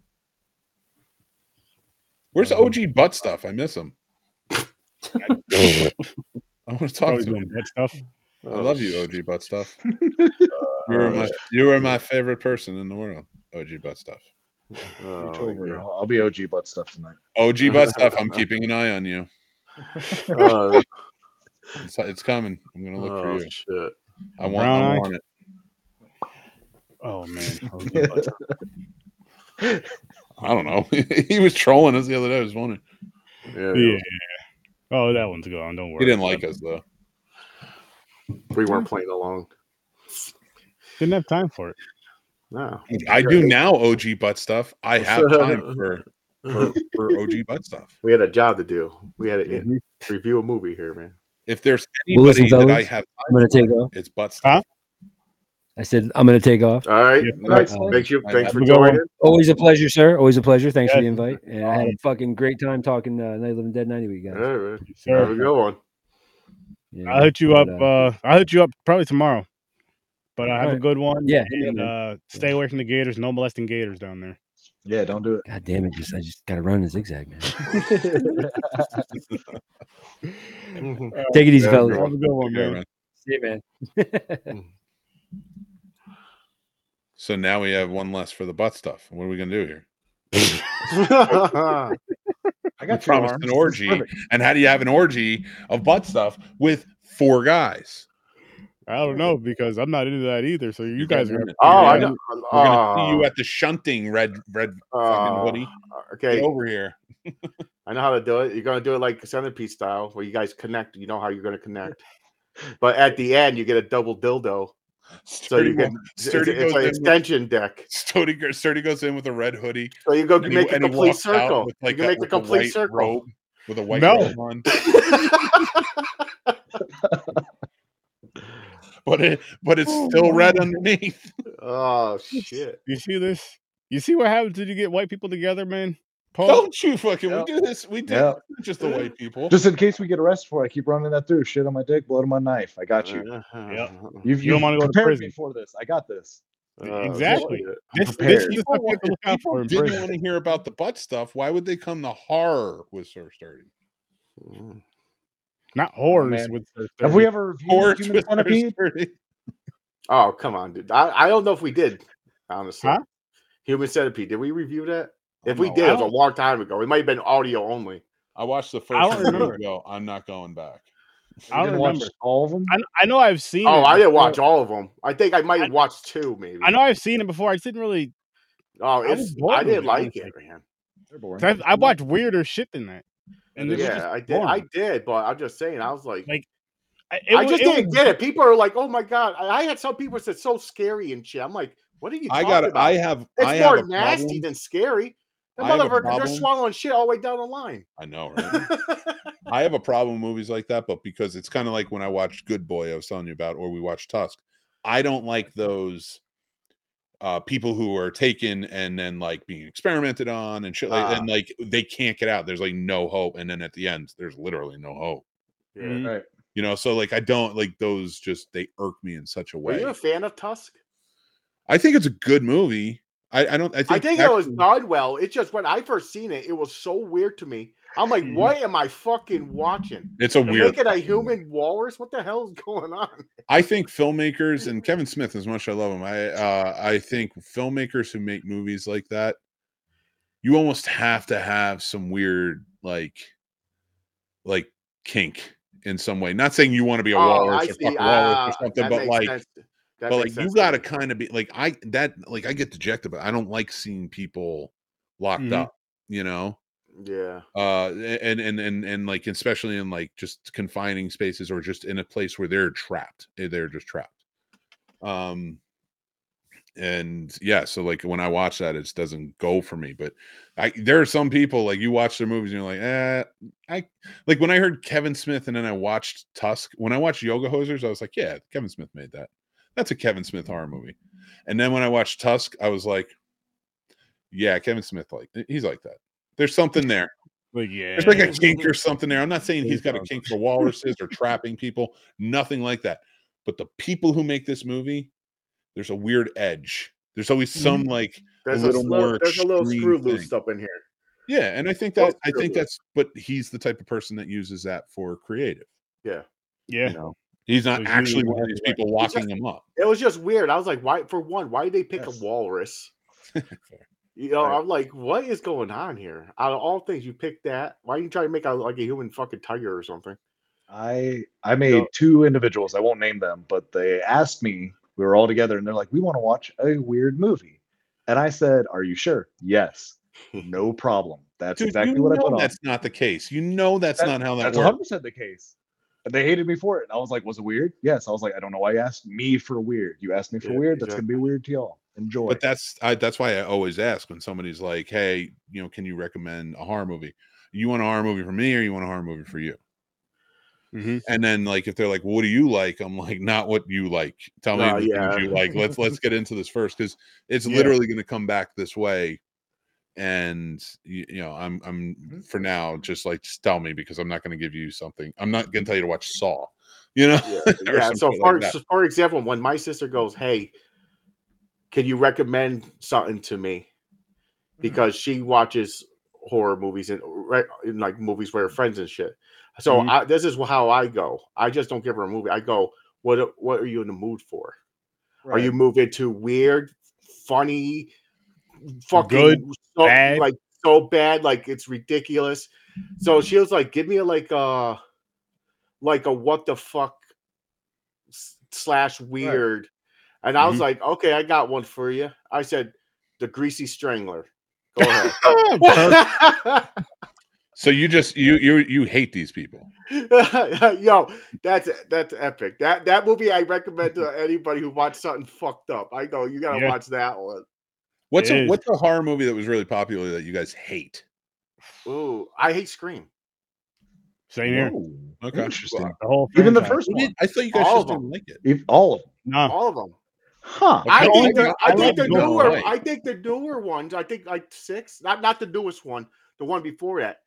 Speaker 1: where's
Speaker 5: Um,
Speaker 1: og butt stuff i miss him i want to
Speaker 5: Oh,
Speaker 1: talk
Speaker 5: he's
Speaker 1: to him
Speaker 5: doing that stuff.
Speaker 1: I love you,
Speaker 4: Oh,
Speaker 1: OG Butt
Speaker 5: <laughs>
Speaker 1: Stuff. you were
Speaker 5: Uh,
Speaker 1: my you are my favorite person in the world, OG Butt Stuff.
Speaker 6: You
Speaker 4: oh,
Speaker 6: told me.
Speaker 4: yeah.
Speaker 6: I'll I'll be OG butt stuff
Speaker 5: <laughs>
Speaker 6: tonight.
Speaker 1: OG Butt Stuff, I'm keeping an eye on you.
Speaker 4: <laughs> Oh,
Speaker 1: It's, it's coming. I'm gonna look
Speaker 4: oh,
Speaker 1: for you.
Speaker 4: shit.
Speaker 1: I want,
Speaker 5: Brown
Speaker 1: I
Speaker 5: eye?
Speaker 1: want it.
Speaker 5: Oh man.
Speaker 1: <laughs>
Speaker 5: Oh, good luck.
Speaker 1: I don't know. <laughs> he was trolling us the other day. I was wondering.
Speaker 4: Yeah,
Speaker 5: yeah. Oh, that one's gone. Don't worry.
Speaker 1: He didn't like us though.
Speaker 4: we weren't playing along.
Speaker 5: Didn't have time for it.
Speaker 4: No.
Speaker 1: I do now, OG Butt Stuff. I have time for for, for OG Butt Stuff.
Speaker 4: We had a job to do. We had to in- review a movie here, man.
Speaker 1: If there's
Speaker 2: Well, listen,
Speaker 1: anybody that I
Speaker 2: fellas.
Speaker 1: have,
Speaker 2: I'm gonna take off.
Speaker 1: it's Butt Stuff.
Speaker 2: I said I'm gonna take off.
Speaker 4: All right.
Speaker 5: Yeah.
Speaker 4: Nice.
Speaker 2: Uh,
Speaker 4: Thank you.
Speaker 1: I
Speaker 4: Thanks
Speaker 1: have
Speaker 4: for
Speaker 5: to go
Speaker 4: joining.
Speaker 5: on.
Speaker 2: Always a pleasure, sir. Always a pleasure. Thanks for the
Speaker 5: Yes.
Speaker 2: invite. And I had a fucking great time talking uh, Night of the Living Dead 90 week,
Speaker 4: All
Speaker 2: guys.
Speaker 4: right, man. Have a
Speaker 5: Sir,
Speaker 4: good one.
Speaker 2: Yeah.
Speaker 5: I'll hit you up.
Speaker 2: But, uh,
Speaker 5: Uh, I'll hit you up probably tomorrow. But uh, have a
Speaker 2: Alright.
Speaker 5: good one.
Speaker 2: yeah. hit me up,
Speaker 5: And
Speaker 2: man.
Speaker 5: uh, stay away from the gators. No molesting gators down there.
Speaker 6: Yeah, don't do
Speaker 2: God damn it! Just I just gotta run in zigzag, man.
Speaker 6: it.
Speaker 1: Mm-hmm.
Speaker 4: Mhm.
Speaker 2: Take it easy,
Speaker 4: Yeah,
Speaker 2: fellas.
Speaker 4: bro.
Speaker 5: Have a good one,
Speaker 1: Yeah,
Speaker 5: man.
Speaker 1: man.
Speaker 2: See you, man.
Speaker 1: So now we have one less for the butt stuff. What are we gonna do here?
Speaker 6: I
Speaker 1: You
Speaker 6: got two
Speaker 1: promised
Speaker 6: arms.
Speaker 1: an
Speaker 6: This is
Speaker 1: orgy.
Speaker 6: perfect.
Speaker 1: And how do you have an orgy of butt stuff with four guys?
Speaker 5: I don't know because I'm not into that either. So you,
Speaker 1: You're
Speaker 5: guys are
Speaker 1: gonna-
Speaker 5: gonna
Speaker 4: <laughs> oh,
Speaker 1: you're
Speaker 4: I
Speaker 1: gonna-
Speaker 4: know.
Speaker 1: We're gonna see
Speaker 4: Oh,
Speaker 1: you at the shunting red red fucking
Speaker 4: oh,
Speaker 1: hoodie. Get
Speaker 4: Okay.
Speaker 1: over here.
Speaker 4: I know how to do it. You're gonna do it like centipede style, where you guys connect. You know how you're gonna connect, but at the end you get a double dildo, so
Speaker 1: Sturdy,
Speaker 4: you
Speaker 1: go-
Speaker 4: get it's,
Speaker 1: Sturdy
Speaker 4: it's
Speaker 1: goes
Speaker 4: an
Speaker 1: in with,
Speaker 4: extension deck.
Speaker 1: Sturdy, go- Sturdy goes in with a red hoodie.
Speaker 4: So you go
Speaker 1: and he-
Speaker 4: make a
Speaker 1: and he
Speaker 4: complete
Speaker 1: walks out
Speaker 4: circle.
Speaker 1: with, like,
Speaker 4: you can
Speaker 1: a-
Speaker 4: make a
Speaker 1: with
Speaker 4: complete
Speaker 1: white
Speaker 4: circle.
Speaker 1: robe, with a white
Speaker 5: No.
Speaker 1: robe on. But it but it's still red underneath.
Speaker 4: <laughs>
Speaker 1: <laughs>
Speaker 4: oh shit!
Speaker 5: You see this? You see what happens when you get white people together, man? Paul,
Speaker 1: Don't you fucking
Speaker 6: Yep.
Speaker 1: we do this. We do
Speaker 6: Yep.
Speaker 1: this is just the <laughs> white people.
Speaker 6: Just in case we get arrested for it, I keep running that through. Shit on my dick, blood on my knife. I got you.
Speaker 4: Uh,
Speaker 5: Yep.
Speaker 6: You've,
Speaker 5: You don't
Speaker 6: you've
Speaker 5: wanna go to
Speaker 6: prepared
Speaker 5: prison.
Speaker 6: me for this. I got this.
Speaker 4: Oh,
Speaker 5: Exactly.
Speaker 4: shit.
Speaker 5: This, this
Speaker 6: prepared.
Speaker 5: is the
Speaker 1: People
Speaker 5: stuff you have to look out for.
Speaker 1: People
Speaker 5: in
Speaker 1: didn't
Speaker 5: prison.
Speaker 1: want to hear about the butt stuff. Why would they come to horror with Surf Sturdy?
Speaker 4: Mm.
Speaker 5: Not whores
Speaker 6: Man.
Speaker 5: with Surf
Speaker 6: Have we ever reviewed
Speaker 1: Horrors
Speaker 6: Human
Speaker 1: with Surf
Speaker 6: Centipede?
Speaker 1: Sturdy.
Speaker 4: Oh, come on, dude. I, I don't know if we did, honestly.
Speaker 5: Huh?
Speaker 4: Human Centipede. Did we review that?
Speaker 1: I
Speaker 4: If we
Speaker 1: don't
Speaker 4: did,
Speaker 1: know.
Speaker 4: it was a long time ago. It might have been audio only.
Speaker 1: I watched the
Speaker 5: I don't
Speaker 1: first one years
Speaker 5: remember.
Speaker 1: ago. I'm not going back.
Speaker 5: I
Speaker 6: You
Speaker 5: don't
Speaker 6: didn't watch
Speaker 5: remember.
Speaker 6: all of them.
Speaker 5: I, I know I've seen.
Speaker 4: Oh,
Speaker 5: it
Speaker 4: I didn't
Speaker 5: before.
Speaker 4: watch all of them. I think I might have watched two, maybe.
Speaker 5: I know I've seen it before. I just didn't really.
Speaker 4: Oh,
Speaker 5: I was
Speaker 4: it's,
Speaker 5: bored
Speaker 4: I,
Speaker 5: with
Speaker 4: didn't
Speaker 5: it,
Speaker 4: like it,
Speaker 5: honestly.
Speaker 4: man.
Speaker 6: They're boring.
Speaker 5: 'cause I, I watched weirder shit than that. And this was just
Speaker 4: Yeah, I did. I
Speaker 5: boring.
Speaker 4: did, but I'm just saying, I was like,
Speaker 5: Like, I, it
Speaker 4: I
Speaker 5: wa-
Speaker 4: just
Speaker 5: it
Speaker 4: didn't
Speaker 5: <laughs> was-
Speaker 4: get it. People are like, "Oh my god!" I, I had some people said so scary and shit. I'm like, "What are you?"
Speaker 1: I
Speaker 4: talking
Speaker 1: got.
Speaker 4: About?
Speaker 1: I have.
Speaker 4: It's
Speaker 1: I have
Speaker 4: more
Speaker 1: a
Speaker 4: nasty
Speaker 1: problem.
Speaker 4: than scary. The
Speaker 1: I have a
Speaker 4: motherfucker, they're
Speaker 1: problem.
Speaker 4: swallowing shit all the way down the line.
Speaker 1: I know. Right?
Speaker 4: <laughs>
Speaker 1: I have a problem with movies like that, but because it's kind of like when I watched Good Boy, I was telling you about, or we watched Tusk. I don't like those uh people who are taken and then like being experimented on and shit like
Speaker 4: Ah.
Speaker 1: and like they can't get out. There's like no hope. And then at the end, there's literally no hope.
Speaker 4: Yeah.
Speaker 5: Mhm.
Speaker 6: Right.
Speaker 1: You know, so like I don't like those just they irk me in such a
Speaker 4: Were
Speaker 1: way.
Speaker 4: you a fan of Tusk?
Speaker 1: I think it's a good movie. I, I don't I think,
Speaker 4: I think it was
Speaker 1: actually-
Speaker 4: done well. It's just when I first seen it, it was so weird to me. I'm like,
Speaker 5: Mhm.
Speaker 4: "What am I fucking watching?"
Speaker 1: it's a
Speaker 4: They're
Speaker 1: Mm-hmm. weird
Speaker 4: making a
Speaker 1: fucking movie.
Speaker 4: human walrus. What the hell is <laughs> going on?
Speaker 1: I think filmmakers
Speaker 4: Mm.
Speaker 1: and Kevin Smith, as much as I love him, I uh, I think filmmakers who make movies like that, you almost have to have some weird like like kink in some way. Not saying you want to be a
Speaker 4: I
Speaker 1: walrus or
Speaker 4: see.
Speaker 1: fuck a
Speaker 4: Ah,
Speaker 1: walrus or something,
Speaker 4: that
Speaker 1: but
Speaker 4: makes
Speaker 1: like
Speaker 4: sense. That
Speaker 1: but
Speaker 4: makes
Speaker 1: like you
Speaker 4: sense
Speaker 1: got to
Speaker 4: me.
Speaker 1: kind of be like I that like I get dejected, but I don't like seeing people locked
Speaker 4: Mm-hmm.
Speaker 5: Mhm.
Speaker 1: up. You know,
Speaker 4: Yeah.
Speaker 1: uh and and and and like especially in like just confining spaces or just in a place where they're trapped Eh, they're just trapped um and yeah so like when i watch that it just doesn't go for me but i there are some people like you watch their movies and you're like eh, i like when i heard kevin smith and then i watched tusk when i watched yoga hosers i was like yeah kevin smith made that that's a kevin smith horror movie and then when i watched tusk i was like yeah kevin smith like he's like that there's something there
Speaker 5: But yeah,
Speaker 1: there's like a kink or something there. I'm not saying he's got a
Speaker 5: Please
Speaker 1: kink for walruses
Speaker 6: <laughs>
Speaker 1: or trapping people, nothing like that. But the people who make this movie, there's a weird edge. There's always some
Speaker 6: Mm-hmm.
Speaker 1: like,
Speaker 4: There's a,
Speaker 1: little
Speaker 4: slow-
Speaker 1: more
Speaker 4: there's a little
Speaker 1: extreme
Speaker 4: screw loose
Speaker 1: thing.
Speaker 4: up in here.
Speaker 1: yeah. And I think
Speaker 4: Well,
Speaker 1: that I think
Speaker 4: true.
Speaker 1: that's but he's the type of person that uses that for creative.
Speaker 5: yeah.
Speaker 1: You know, he's not
Speaker 5: So you're
Speaker 1: actually one of
Speaker 5: exactly
Speaker 1: these
Speaker 5: right.
Speaker 1: people locking them up.
Speaker 4: It was just weird. I was like, why? For one, why did they pick
Speaker 1: Yes. <laughs>
Speaker 4: a walrus? You know,
Speaker 1: Right.
Speaker 4: I'm like, what is going on here? Out of all things, you picked that. Why you try to make a, like a human fucking tiger or something?
Speaker 6: I I made two individuals. I won't name them, but they asked me. We were all together, and they're like, "We want to watch a weird movie," and I said, "Are you sure?"
Speaker 1: <laughs>
Speaker 6: Yes. No problem. That's
Speaker 1: Dude,
Speaker 6: exactly
Speaker 1: you
Speaker 6: what I
Speaker 1: know
Speaker 6: put on.
Speaker 1: that's not the case. You know that's
Speaker 6: That-
Speaker 1: not how that
Speaker 6: That's
Speaker 1: works.
Speaker 6: 100% the case. And they hated me for it. And I was like, was it weird? Yes. I was like, I don't know why you asked me for weird. You asked me for
Speaker 4: Yeah,
Speaker 6: weird. That's going to be weird to y'all. Enjoy.
Speaker 1: But that's I, that's why I always ask when somebody's like, "Hey, you know, can you recommend a horror movie? You want a horror movie for me, or you want a horror movie for you?"
Speaker 5: Mhm.
Speaker 1: And then like if they're like, "What do you like?" I'm like, "Not what you like. Tell me
Speaker 4: No,
Speaker 1: the things
Speaker 4: yeah.
Speaker 1: you like. Let's let's get into this first because it's
Speaker 5: Yeah.
Speaker 1: literally going to come back this way." And you, you know, I'm I'm for now just like just tell me because I'm not going to give you something. I'm not going to tell you to watch Saw. You know, <laughs>
Speaker 4: Yeah.
Speaker 1: Or
Speaker 4: yeah,
Speaker 1: some
Speaker 4: so,
Speaker 1: shit like
Speaker 4: for,
Speaker 1: that.
Speaker 4: so for example, when my sister goes, hey, can you recommend something to me?
Speaker 1: Mm-hmm.
Speaker 4: Because she watches horror movies and right in like movies with her friends and shit. So
Speaker 1: Mm-hmm.
Speaker 5: Mhm.
Speaker 4: I, this is how I go. I just don't give her a movie. I go, what what are you in the mood for? Are you moving to weird, funny, fucking
Speaker 5: Good,
Speaker 4: so,
Speaker 5: bad?
Speaker 4: like so bad, like it's ridiculous? So she was like, "Give me like a, like a what the fuck s- slash weird," and I
Speaker 5: Mm-hmm.
Speaker 4: was
Speaker 1: Mhm.
Speaker 4: like, "Okay, I got one for you." I said, "The Greasy Strangler."
Speaker 5: <laughs>
Speaker 4: Go ahead.
Speaker 1: so you just you you you hate these people.
Speaker 4: <laughs> Yo, that's that's epic. That that movie I recommend to anybody who wants something fucked up. I go, you gotta
Speaker 5: Yeah.
Speaker 4: watch that one.
Speaker 1: What's
Speaker 5: It
Speaker 1: a,
Speaker 5: is.
Speaker 1: what's a horror movie that was really popular that you guys hate?
Speaker 4: Ooh, I hate Scream.
Speaker 5: <laughs>
Speaker 6: <laughs>
Speaker 5: Same here.
Speaker 6: Whoa,
Speaker 1: Okay.
Speaker 6: Interesting.
Speaker 5: The whole
Speaker 6: Even the
Speaker 5: franchise.
Speaker 6: first one.
Speaker 1: I thought you guys
Speaker 4: All
Speaker 1: just
Speaker 4: of 'em.
Speaker 1: didn't like it.
Speaker 6: If, all of them.
Speaker 5: Nah,
Speaker 4: All of them.
Speaker 6: Huh.
Speaker 5: Okay.
Speaker 4: I
Speaker 5: The only
Speaker 4: think the,
Speaker 5: thing
Speaker 4: I
Speaker 5: I
Speaker 4: think the
Speaker 5: love going
Speaker 4: newer
Speaker 1: away.
Speaker 4: I think the newer ones. I think like six, not not the newest one, the one before that.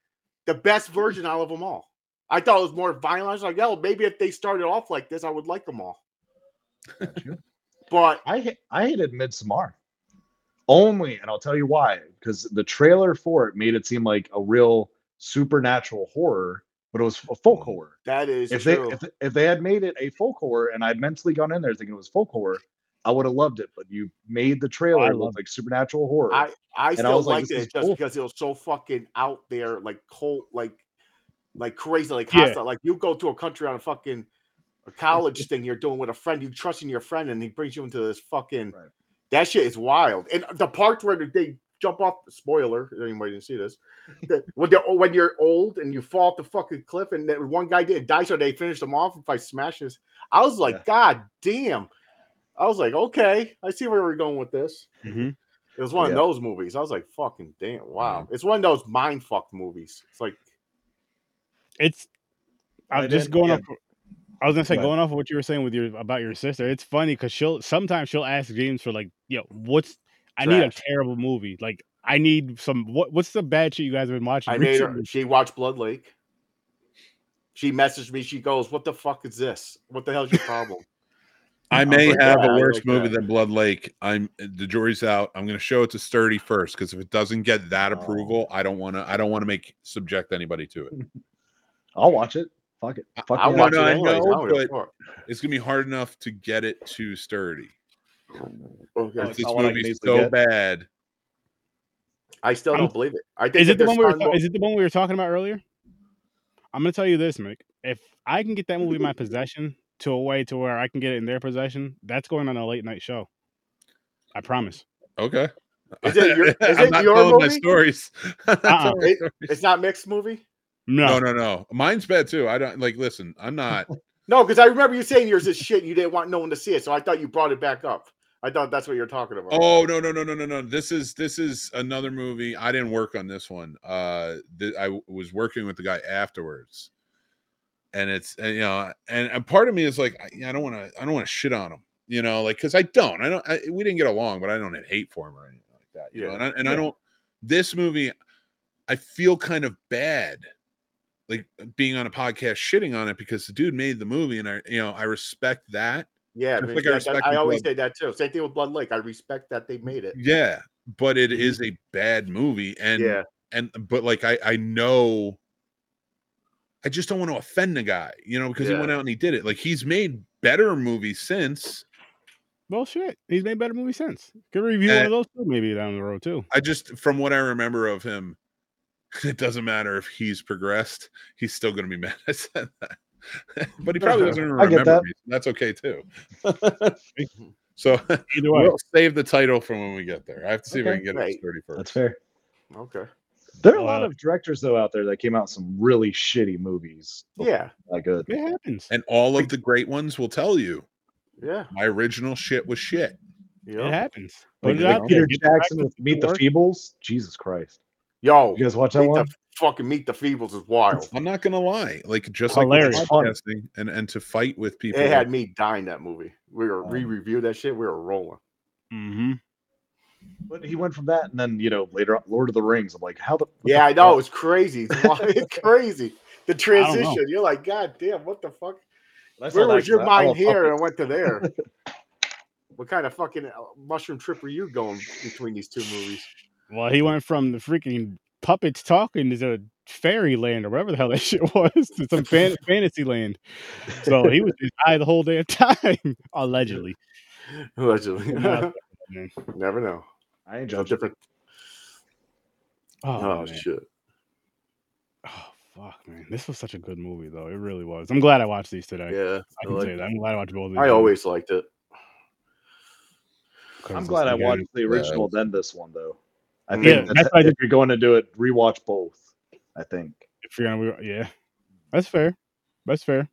Speaker 4: The best
Speaker 6: Mm-hmm.
Speaker 4: version out of them all. I thought it was more violent. I was like, oh, maybe if they started off like this, I would like them all. But
Speaker 6: I ha- I hated Midsommar only, and I'll tell you why. Because the trailer for it made it seem like a real supernatural horror, but it was a
Speaker 5: Mm-hmm.
Speaker 6: folk horror.
Speaker 4: that is
Speaker 6: If they
Speaker 4: true.
Speaker 6: if, if they had made it a folk horror, and I'd mentally gone in there thinking it was folk horror, I would have loved it. But you
Speaker 5: Oh,
Speaker 6: made the trailer
Speaker 5: love
Speaker 6: look like supernatural horror.
Speaker 4: I
Speaker 6: and I
Speaker 4: still
Speaker 6: was like,
Speaker 4: liked
Speaker 6: this
Speaker 4: it
Speaker 6: is
Speaker 4: just
Speaker 6: cool.
Speaker 4: because it was so fucking out there, like cold, like like crazy, like
Speaker 5: Yeah.
Speaker 4: hostile. Like you go to a country on a fucking a
Speaker 6: <laughs>
Speaker 4: college thing you're doing with a friend, you trusting your friend, and he brings you into this fucking
Speaker 6: Right.
Speaker 4: that shit is wild. And the part where they jump off spoiler, if anybody didn't see this. that when they're when you're old and you fall off the fucking cliff, and that one guy did die, so they finished him off by smashes. I was like,
Speaker 6: Yeah.
Speaker 4: God damn. I was like, okay, I see where we're going with this.
Speaker 5: Mhm.
Speaker 4: It was one
Speaker 6: Yeah.
Speaker 4: of those movies. I was like, fucking damn, wow. It's one of those mind fucked movies. It's like,
Speaker 5: It's I'm
Speaker 6: Right
Speaker 5: just
Speaker 6: in?
Speaker 5: going
Speaker 6: Yeah.
Speaker 5: off. I was gonna say
Speaker 6: Go ahead.
Speaker 5: going off of what you were saying with your about your sister. It's funny because she'll sometimes she'll ask James for like, yo, what's I need a
Speaker 4: Trash.
Speaker 5: terrible movie. Like I need some what what's the bad shit you guys have been watching?
Speaker 4: I made her,
Speaker 5: recently?"
Speaker 4: she watched Blood Lake. She messaged me. She goes, what the fuck is this? What the hell's your problem?
Speaker 1: I
Speaker 4: I'm
Speaker 1: may
Speaker 4: like,
Speaker 1: have
Speaker 4: yeah, I
Speaker 1: a worse
Speaker 4: like
Speaker 1: movie
Speaker 4: that.
Speaker 1: than Blood Lake. I'm the jury's out. I'm going to show it to Sturdy first because if it doesn't get that
Speaker 6: Oh.
Speaker 1: approval, I don't want to. I don't want to make subject anybody to it.
Speaker 4: Mm.
Speaker 6: I'll watch it. Fuck it. Fuck
Speaker 4: I'll
Speaker 6: yeah.
Speaker 4: watch
Speaker 1: No,
Speaker 4: it
Speaker 1: I
Speaker 4: anyways. I
Speaker 1: know,
Speaker 4: don't give a
Speaker 1: but-
Speaker 4: fuck.
Speaker 1: It's going to be hard enough to get it to Sturdy.
Speaker 4: Okay.
Speaker 6: That's
Speaker 1: This
Speaker 6: not what I can
Speaker 1: movie's so
Speaker 6: easily get.
Speaker 1: bad.
Speaker 4: I still
Speaker 5: I'm-
Speaker 4: don't believe it. I think
Speaker 5: Is
Speaker 4: that
Speaker 5: it the
Speaker 4: there's
Speaker 5: one we were?
Speaker 4: fun
Speaker 5: ta-
Speaker 4: mo-
Speaker 5: is it the one we were talking about earlier? I'm gonna tell you this, Mick. If I can get that movie in my possession to a way to where I can get it in their possession, that's going on a late night show. I promise.
Speaker 1: Okay.
Speaker 4: Is
Speaker 1: <laughs>
Speaker 4: it your- is
Speaker 1: I'm
Speaker 4: it
Speaker 1: not
Speaker 4: your
Speaker 1: telling my
Speaker 4: movie?
Speaker 1: stories. <laughs> I'm not
Speaker 5: Uh-uh.
Speaker 1: telling my
Speaker 4: It-
Speaker 1: stories.
Speaker 4: It's not mixed movie?
Speaker 5: No,
Speaker 1: no, no, no. Mine's bad too. I don't like. Listen, I'm not.
Speaker 4: No, because I remember you saying yours is shit. and You didn't want no one to see it, so I thought you brought it back up. I thought that's what you're talking about.
Speaker 1: Oh no no no no no no! This is this is another movie. I didn't work on this one. Uh, th- I w- was working with the guy afterwards, and it's and, you know, and, and part of me is like, I, I don't want to, I don't want to shit on him, you know, like because I don't, I don't, I, we didn't get along, but I don't have hate for him or anything like that, you know,
Speaker 4: Yeah,
Speaker 1: and I, and I
Speaker 4: yeah.
Speaker 1: don't. This movie, I feel kind of bad, like being on a podcast shitting on it because the dude made the movie, and I, you know, I respect that.
Speaker 4: yeah,
Speaker 1: just
Speaker 4: but
Speaker 1: like I
Speaker 4: yeah, that-
Speaker 1: respect
Speaker 4: I
Speaker 1: with
Speaker 4: always
Speaker 1: Blood-
Speaker 4: say that too. Same thing with Blood Lake. I respect that they made it.
Speaker 1: Yeah, but it is a bad movie, and
Speaker 4: Mm-hmm. yeah,
Speaker 1: and but like I I know I just don't want to offend the guy, you know, because he
Speaker 4: Yeah.
Speaker 1: went out and he did it. Like he's made better movies since.
Speaker 5: well, shit. He's made better movies since. Could review one
Speaker 1: Uh,
Speaker 5: of those too, maybe down the road too.
Speaker 1: I just from what I remember of him, <laughs> it doesn't matter if he's progressed, he's still gonna be <laughs> mad. I said that. but he probably doesn't even
Speaker 6: <laughs> I get
Speaker 1: remember
Speaker 6: that.
Speaker 1: me. so That's okay too.
Speaker 6: <laughs>
Speaker 4: Mhm.
Speaker 1: so
Speaker 5: Either way,
Speaker 1: we'll save the title for when we get there. I have to see if I
Speaker 6: Okay.
Speaker 1: can get
Speaker 4: Right.
Speaker 1: it thirty
Speaker 6: That's
Speaker 1: first.
Speaker 6: fair.
Speaker 4: okay,
Speaker 6: There are a
Speaker 5: Uh,
Speaker 6: lot of directors though out there that came out with some really shitty movies.
Speaker 4: yeah,
Speaker 6: Like uh, good.
Speaker 5: it happens.
Speaker 1: And all of the great ones will tell you
Speaker 4: yeah,
Speaker 1: my original shit was shit.
Speaker 4: yeah.
Speaker 5: It happens. Put
Speaker 6: Like,
Speaker 5: it
Speaker 6: like
Speaker 5: out
Speaker 6: Peter
Speaker 5: there. Get the practice,
Speaker 6: Jackson with
Speaker 5: get
Speaker 6: Meet
Speaker 5: to
Speaker 6: the
Speaker 5: work.
Speaker 6: Feebles. Jesus Christ!
Speaker 4: Yo,
Speaker 6: You guys watch that
Speaker 4: meet
Speaker 6: one?
Speaker 4: the fucking meet the Feebles is wild.
Speaker 1: I'm not gonna lie, like just
Speaker 5: Hilarious.
Speaker 1: like
Speaker 6: Fun.
Speaker 1: with podcasting and and to fight with people.
Speaker 4: It
Speaker 1: like,
Speaker 4: had me dying that movie. We were
Speaker 6: Um,
Speaker 4: re-reviewed that shit. We were rolling.
Speaker 5: Mm-hmm.
Speaker 6: But he went from that, and then you know later on, Lord of the Rings. I'm like, how the? what the
Speaker 4: Yeah, I know.
Speaker 6: fuck?
Speaker 4: It's crazy. It's wild, <laughs> it's crazy. The
Speaker 5: don't know.
Speaker 4: transition. You're like, God damn, what the fuck?
Speaker 6: And I saw
Speaker 4: Where
Speaker 6: that
Speaker 4: was your
Speaker 6: because I- I
Speaker 4: mind
Speaker 6: love
Speaker 4: here and
Speaker 6: puppets.
Speaker 4: went to there? what kind of fucking uh, mushroom trip were you going between these two movies?
Speaker 5: Well, Uh, he went from the freaking puppets talking to fairyland or whatever the hell that <laughs> shit was to some fan- fantasy land. So he was just high the whole damn <laughs> time, allegedly.
Speaker 4: <laughs> Allegedly.
Speaker 5: Nah, that's man.
Speaker 4: Never know.
Speaker 6: I ain't
Speaker 4: It's a
Speaker 6: judging.
Speaker 4: different.
Speaker 5: Oh,
Speaker 4: Oh,
Speaker 5: man.
Speaker 4: shit.
Speaker 5: oh fuck, man! This was such a good movie, though. It really was. I'm glad I watched these today.
Speaker 4: Yeah.
Speaker 5: I
Speaker 4: I,
Speaker 5: can
Speaker 4: like-
Speaker 5: say that. I'm glad I watched both. Of these
Speaker 4: I
Speaker 5: movies
Speaker 4: always liked it.
Speaker 5: 'cause
Speaker 6: I'm
Speaker 5: it's
Speaker 6: glad I
Speaker 5: again-
Speaker 6: watched the original, then this one though. I think
Speaker 4: Yeah,
Speaker 6: that's,
Speaker 5: that's what I
Speaker 6: if
Speaker 5: did.
Speaker 6: you're going to do it, rewatch both. I think.
Speaker 5: If you're gonna, re- yeah, that's fair. That's fair.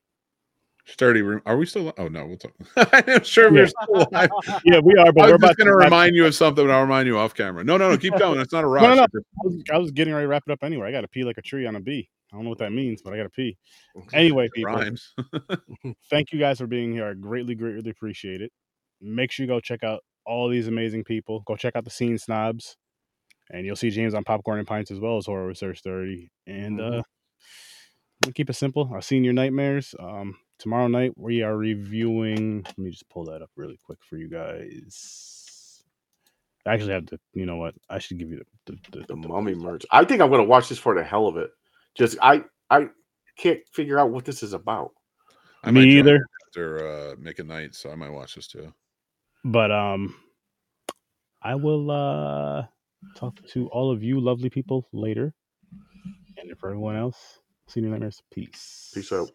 Speaker 1: Sturdy room. Are we still? li- Oh no, we'll talk. <laughs> I'm sure we're
Speaker 5: Yeah.
Speaker 4: <laughs>
Speaker 1: still alive.
Speaker 5: Yeah, we are. But
Speaker 1: I was
Speaker 5: we're about
Speaker 1: just
Speaker 5: to
Speaker 1: going to
Speaker 5: wrap-
Speaker 1: remind you of something. but I'll remind you off camera. No, no, no. Keep going. It's not a rush.
Speaker 5: <laughs> no.
Speaker 1: It's
Speaker 5: I was, I was getting ready to wrap it up anyway. I got to pee like a tree on a bee. I don't know what that means, but I got to pee. Anyway,
Speaker 1: just- It
Speaker 5: people,
Speaker 1: rhymes. <laughs>
Speaker 5: thank you guys for being here. I greatly, greatly appreciate it. Make sure you go check out all these amazing people. Go check out the Scene Snobs, and you'll see James on Popcorn and Pints as well as Horror Research 30. And uh,
Speaker 4: Mhm.
Speaker 5: we'll keep it simple. I've seen your nightmares. Um, tomorrow night we are reviewing. Let me just pull that up really quick for you guys. I actually have to. You know what? I should give you the the, the,
Speaker 4: The mummy merch. I think I'm gonna watch this for the hell of it. Just I I can't figure out what this is about.
Speaker 1: I
Speaker 5: Me
Speaker 1: might join
Speaker 5: either.
Speaker 1: After uh, Mick and Knight, so I might watch this too.
Speaker 5: But um, I will uh talk to all of you lovely people later, and for everyone else, senior nightmares. Peace.
Speaker 4: Peace out.